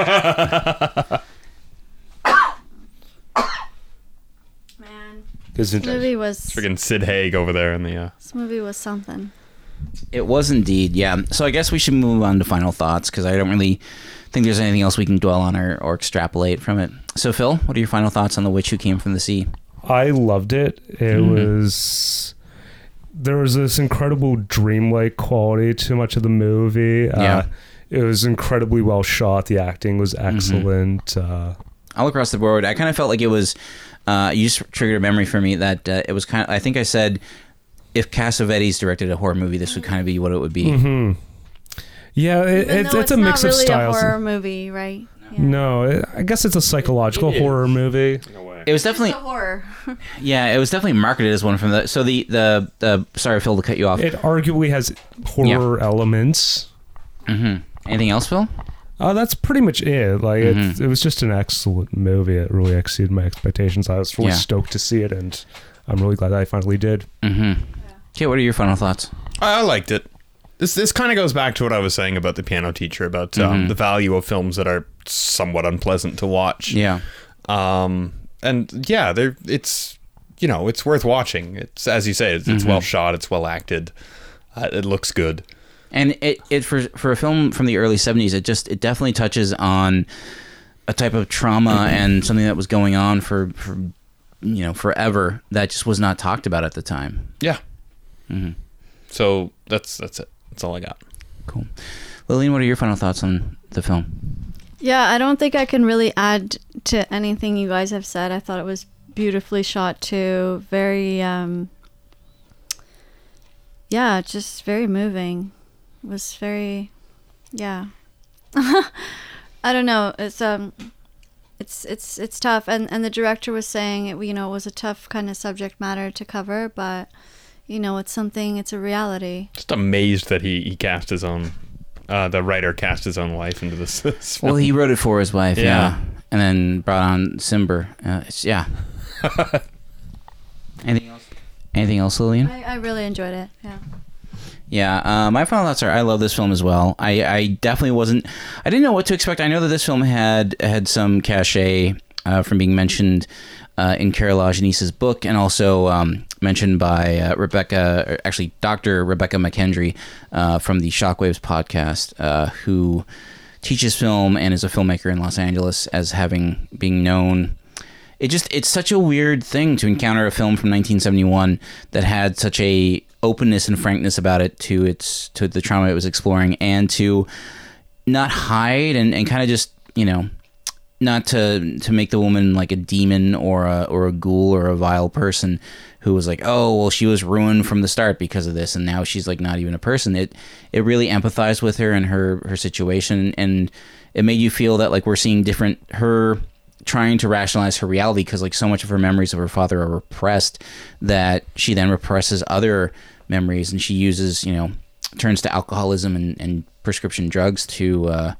This movie was friggin' Sid Haig over there in the. Uh, this movie was something. It was indeed, yeah. So I guess we should move on to final thoughts because I don't really think there's anything else we can dwell on or, or extrapolate from it. So, Phil, what are your final thoughts on The Witch Who Came from the Sea? I loved it. It Mhm. was there was this incredible dreamlike quality to much of the movie. Yeah. Mm-hmm. Uh, it was incredibly well shot. The acting was excellent. Uh, all across the board. I kind of felt like it was. Uh, you just triggered a memory for me that uh, it was kind of. I think I said, if Cassavetes directed a horror movie, this would kind of be what it would be. hmm Yeah, it, Even it's, though it's a mix not of really styles. A horror movie, right? No, it, I guess it's a psychological horror movie. It was definitely, It's a horror. yeah, it was definitely marketed as one from the. So the the the. Sorry, Phil, to cut you off. It arguably has horror elements. Mm-hmm. Anything else, Phil? Uh, that's pretty much it. Like Mm-hmm. it's it, was just an excellent movie. It really exceeded my expectations. I was really Yeah. stoked to see it, and I'm really glad I finally did. Mm-hmm. Okay, what are your final thoughts? I I liked it. This this kind of goes back to what I was saying about the piano teacher about um, Mhm. the value of films that are somewhat unpleasant to watch. Yeah. Um, and yeah, they're it's you know it's worth watching. It's as you say, it's, it's Mhm. well shot, it's well acted, uh, it looks good. and it, it for for a film from the early 70s it just it definitely touches on a type of trauma and something that was going on for, for you know forever that just was not talked about at the time Yeah. Mhm. So that's that's it. That's all I got. cool lillian what are your final thoughts on the film Yeah, I don't think I can really add to anything you guys have said. I thought it was beautifully shot too. Very, um, yeah, just very moving. It was very, yeah. *laughs* I don't know. It's um, it's it's it's tough. And and the director was saying it. You know, it was a tough kind of subject matter to cover, but you know, it's something. It's a reality. Just amazed that he he cast his own. Uh, the writer cast his own wife into this. *laughs* this film. well he wrote it for his wife yeah, Yeah. and then brought on simber uh, it's- *laughs* yeah anything else anything else lillian I, I really enjoyed it. Yeah. Yeah, uh, my final thoughts are I love this film as well. I, I definitely wasn't. I didn't know what to expect. I know that this film had had some cachet uh, from being mentioned uh, in Carola Janice's book, and also um, mentioned by uh, Rebecca, or actually Dr. Rebecca McKendry uh, from the Shockwaves podcast, uh, who teaches film and is a filmmaker in Los Angeles as having being known it just it's such a weird thing to encounter a film from 1971 that had such a openness and frankness about it to its to the trauma it was exploring and to not hide and, and kind of just you know not to to make the woman like a demon or a or a ghoul or a vile person who was like oh well she was ruined from the start because of this and now she's like not even a person it it really empathized with her and her her situation and it made you feel that like we're seeing different her trying to rationalize her reality because like so much of her memories of her father are repressed that she then represses other memories and she uses you know turns to alcoholism and, and prescription drugs to uh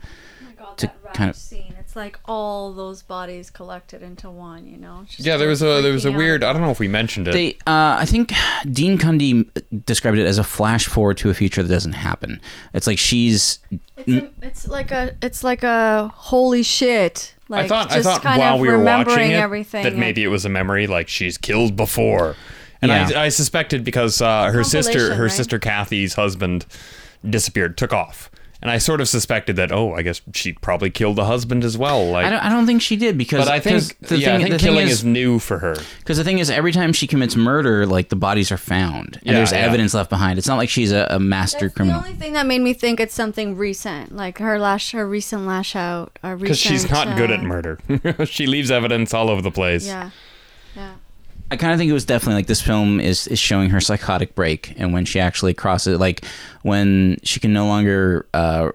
to kind of It's like all those bodies collected into one. You know. It's just Yeah, there was a there was a freaking out. weird. I don't know if we mentioned it. They, uh, I think Dean Cundy described it as a flash forward to a future that doesn't happen. It's like she's. It's like a. It's like a holy shit. Like I thought just I thought kind while of we were remembering watching it everything. that like- maybe it was a memory like she's killed before, and Yeah. I, I suspected because uh, her sister Compilation, her right? sister Kathy's husband disappeared, took off, and I sort of suspected that oh I guess she probably killed the husband as well. Like, I don't, I don't think she did because. but I 'cause think the yeah, thing, I think the thing killing is is new for her. Because the thing is, every time she commits murder, like the bodies are found and Yeah, there's yeah. evidence left behind. It's not like she's a, a master That's the criminal. only thing that made me think it's something recent, like her lash, her recent lash out, or Because recent. she's not good at uh, murder. *laughs* she leaves evidence all over the place. Yeah, yeah. I kind of think it was definitely like this film is, is showing her psychotic break and when she actually crosses, like when she can no longer uh,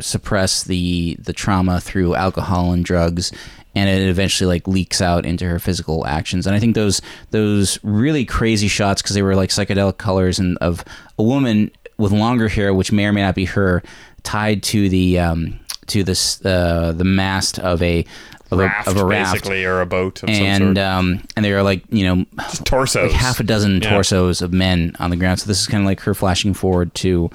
suppress the the trauma through alcohol and drugs, and it eventually like leaks out into her physical actions. And I think those those really crazy shots because they were like psychedelic colors and of a woman with longer hair, which may or may not be her, tied to the um, to this uh, the mast of a of Raft, a, of a raft basically, or a boat of some and sort. um, and there are like you know torsos. like half a dozen Yeah. torsos of men on the ground. So this is kind of like her flashing forward to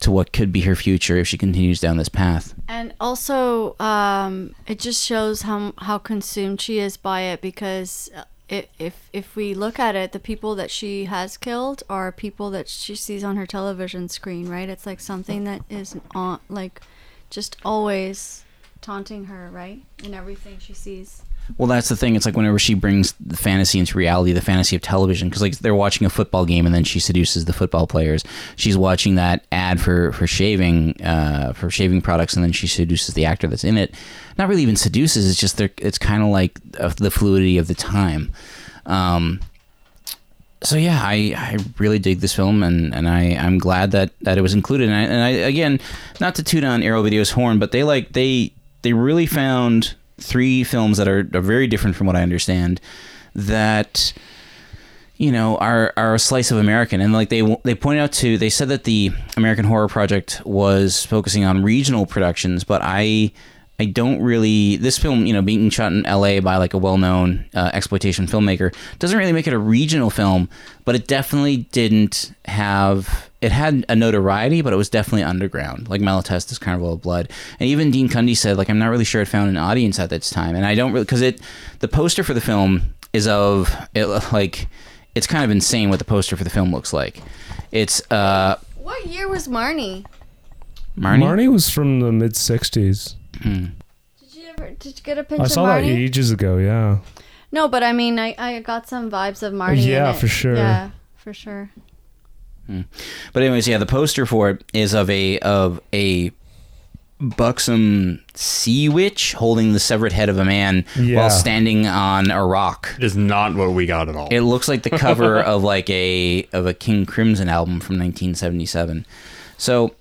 to what could be her future if she continues down this path. And also, um, it just shows how how consumed she is by it because uh, i if if we look at it, the people that she has killed are people that she sees on her television screen, right? It's like something that is on, like, just always taunting her, right? In everything she sees. Well, that's the thing. It's like whenever she brings the fantasy into reality, the fantasy of television, because like they're watching a football game and then she seduces the football players. She's watching that ad for for shaving uh, for shaving products, and then she seduces the actor that's in it. Not really even seduces. It's just they're, it's kind of like uh, the fluidity of the time. Um, so yeah, I, I really dig this film, and, and I I'm glad that, that it was included. And I, and I again, not to toot on Arrow Video's horn, but they like they they really found three films that are, are very different from what I understand. That you know are are a slice of American, and like they they pointed out to they said that the American Horror Project was focusing on regional productions, but I. I don't really. This film, you know, being shot in L.A. by like a well-known uh, exploitation filmmaker, doesn't really make it a regional film, but it definitely didn't have. It had a notoriety, but it was definitely underground. Like Malatest is Carnival of Blood, and even Dean Cundy said, like, I'm not really sure it found an audience at this time, and I don't really because it. The poster for the film is of it, like, it's kind of insane what the poster for the film looks like. It's uh, What year was Marnie? Marnie. Marnie was from the mid '60s. Did you ever did you get a pinch I of saw Marnie? that ages ago. Yeah. No, but I mean, I, I got some vibes of Marnie. in yeah, it. for sure. Yeah, for sure. But anyways, yeah, the poster for it is of a of a buxom sea witch holding the severed head of a man Yeah. while standing on a rock. It is not what we got at all. It looks like *laughs* the cover of like a of a King Crimson album from 1977. So,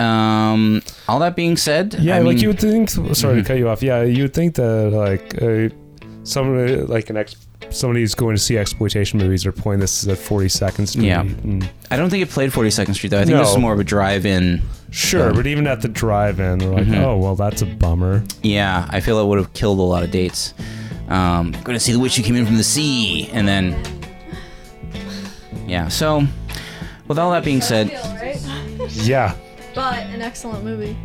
um, all that being said, Yeah, I like mean, Mm-hmm. you would think. Sorry to cut you off. Yeah, you would think that like uh, somebody like an ex somebody who's going to see exploitation movies are playing this as a 40 seconds. Movie. Yeah. Mm. I don't think it played 42nd Street though. I think this No. is more of a drive-in. Sure, Um, but even at the drive-in, they're like, Mm-hmm. oh well, that's a bummer. Yeah, I feel it would have killed a lot of dates. Um, gonna see the witch who came in from the sea, and then yeah. So, with all that being said, Yeah, But an excellent movie.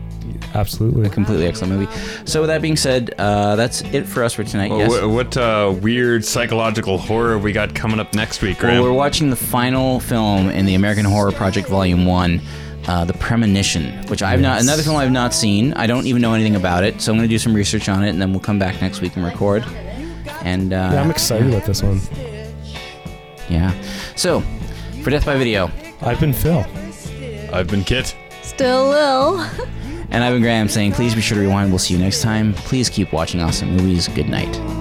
absolutely. completely excellent movie. So with that being said, uh, that's it for us for tonight. Well, yes. wh- What uh, weird psychological horror we got coming up next week, Graham? Well, we're watching the final film in the American Horror Project Volume One. Uh, the Premonition, which I've not, another film I've not seen. I don't even know anything about it, so I'm going to do some research on it, and then we'll come back next week and record. And uh, Yeah, I'm excited about this one. yeah. So, for Death by Video, I've been Phil. I've been Kit. Still Lil. And I've been Graham saying, please be sure to rewind. We'll see you next time. Please keep watching awesome movies. Good night. Ah,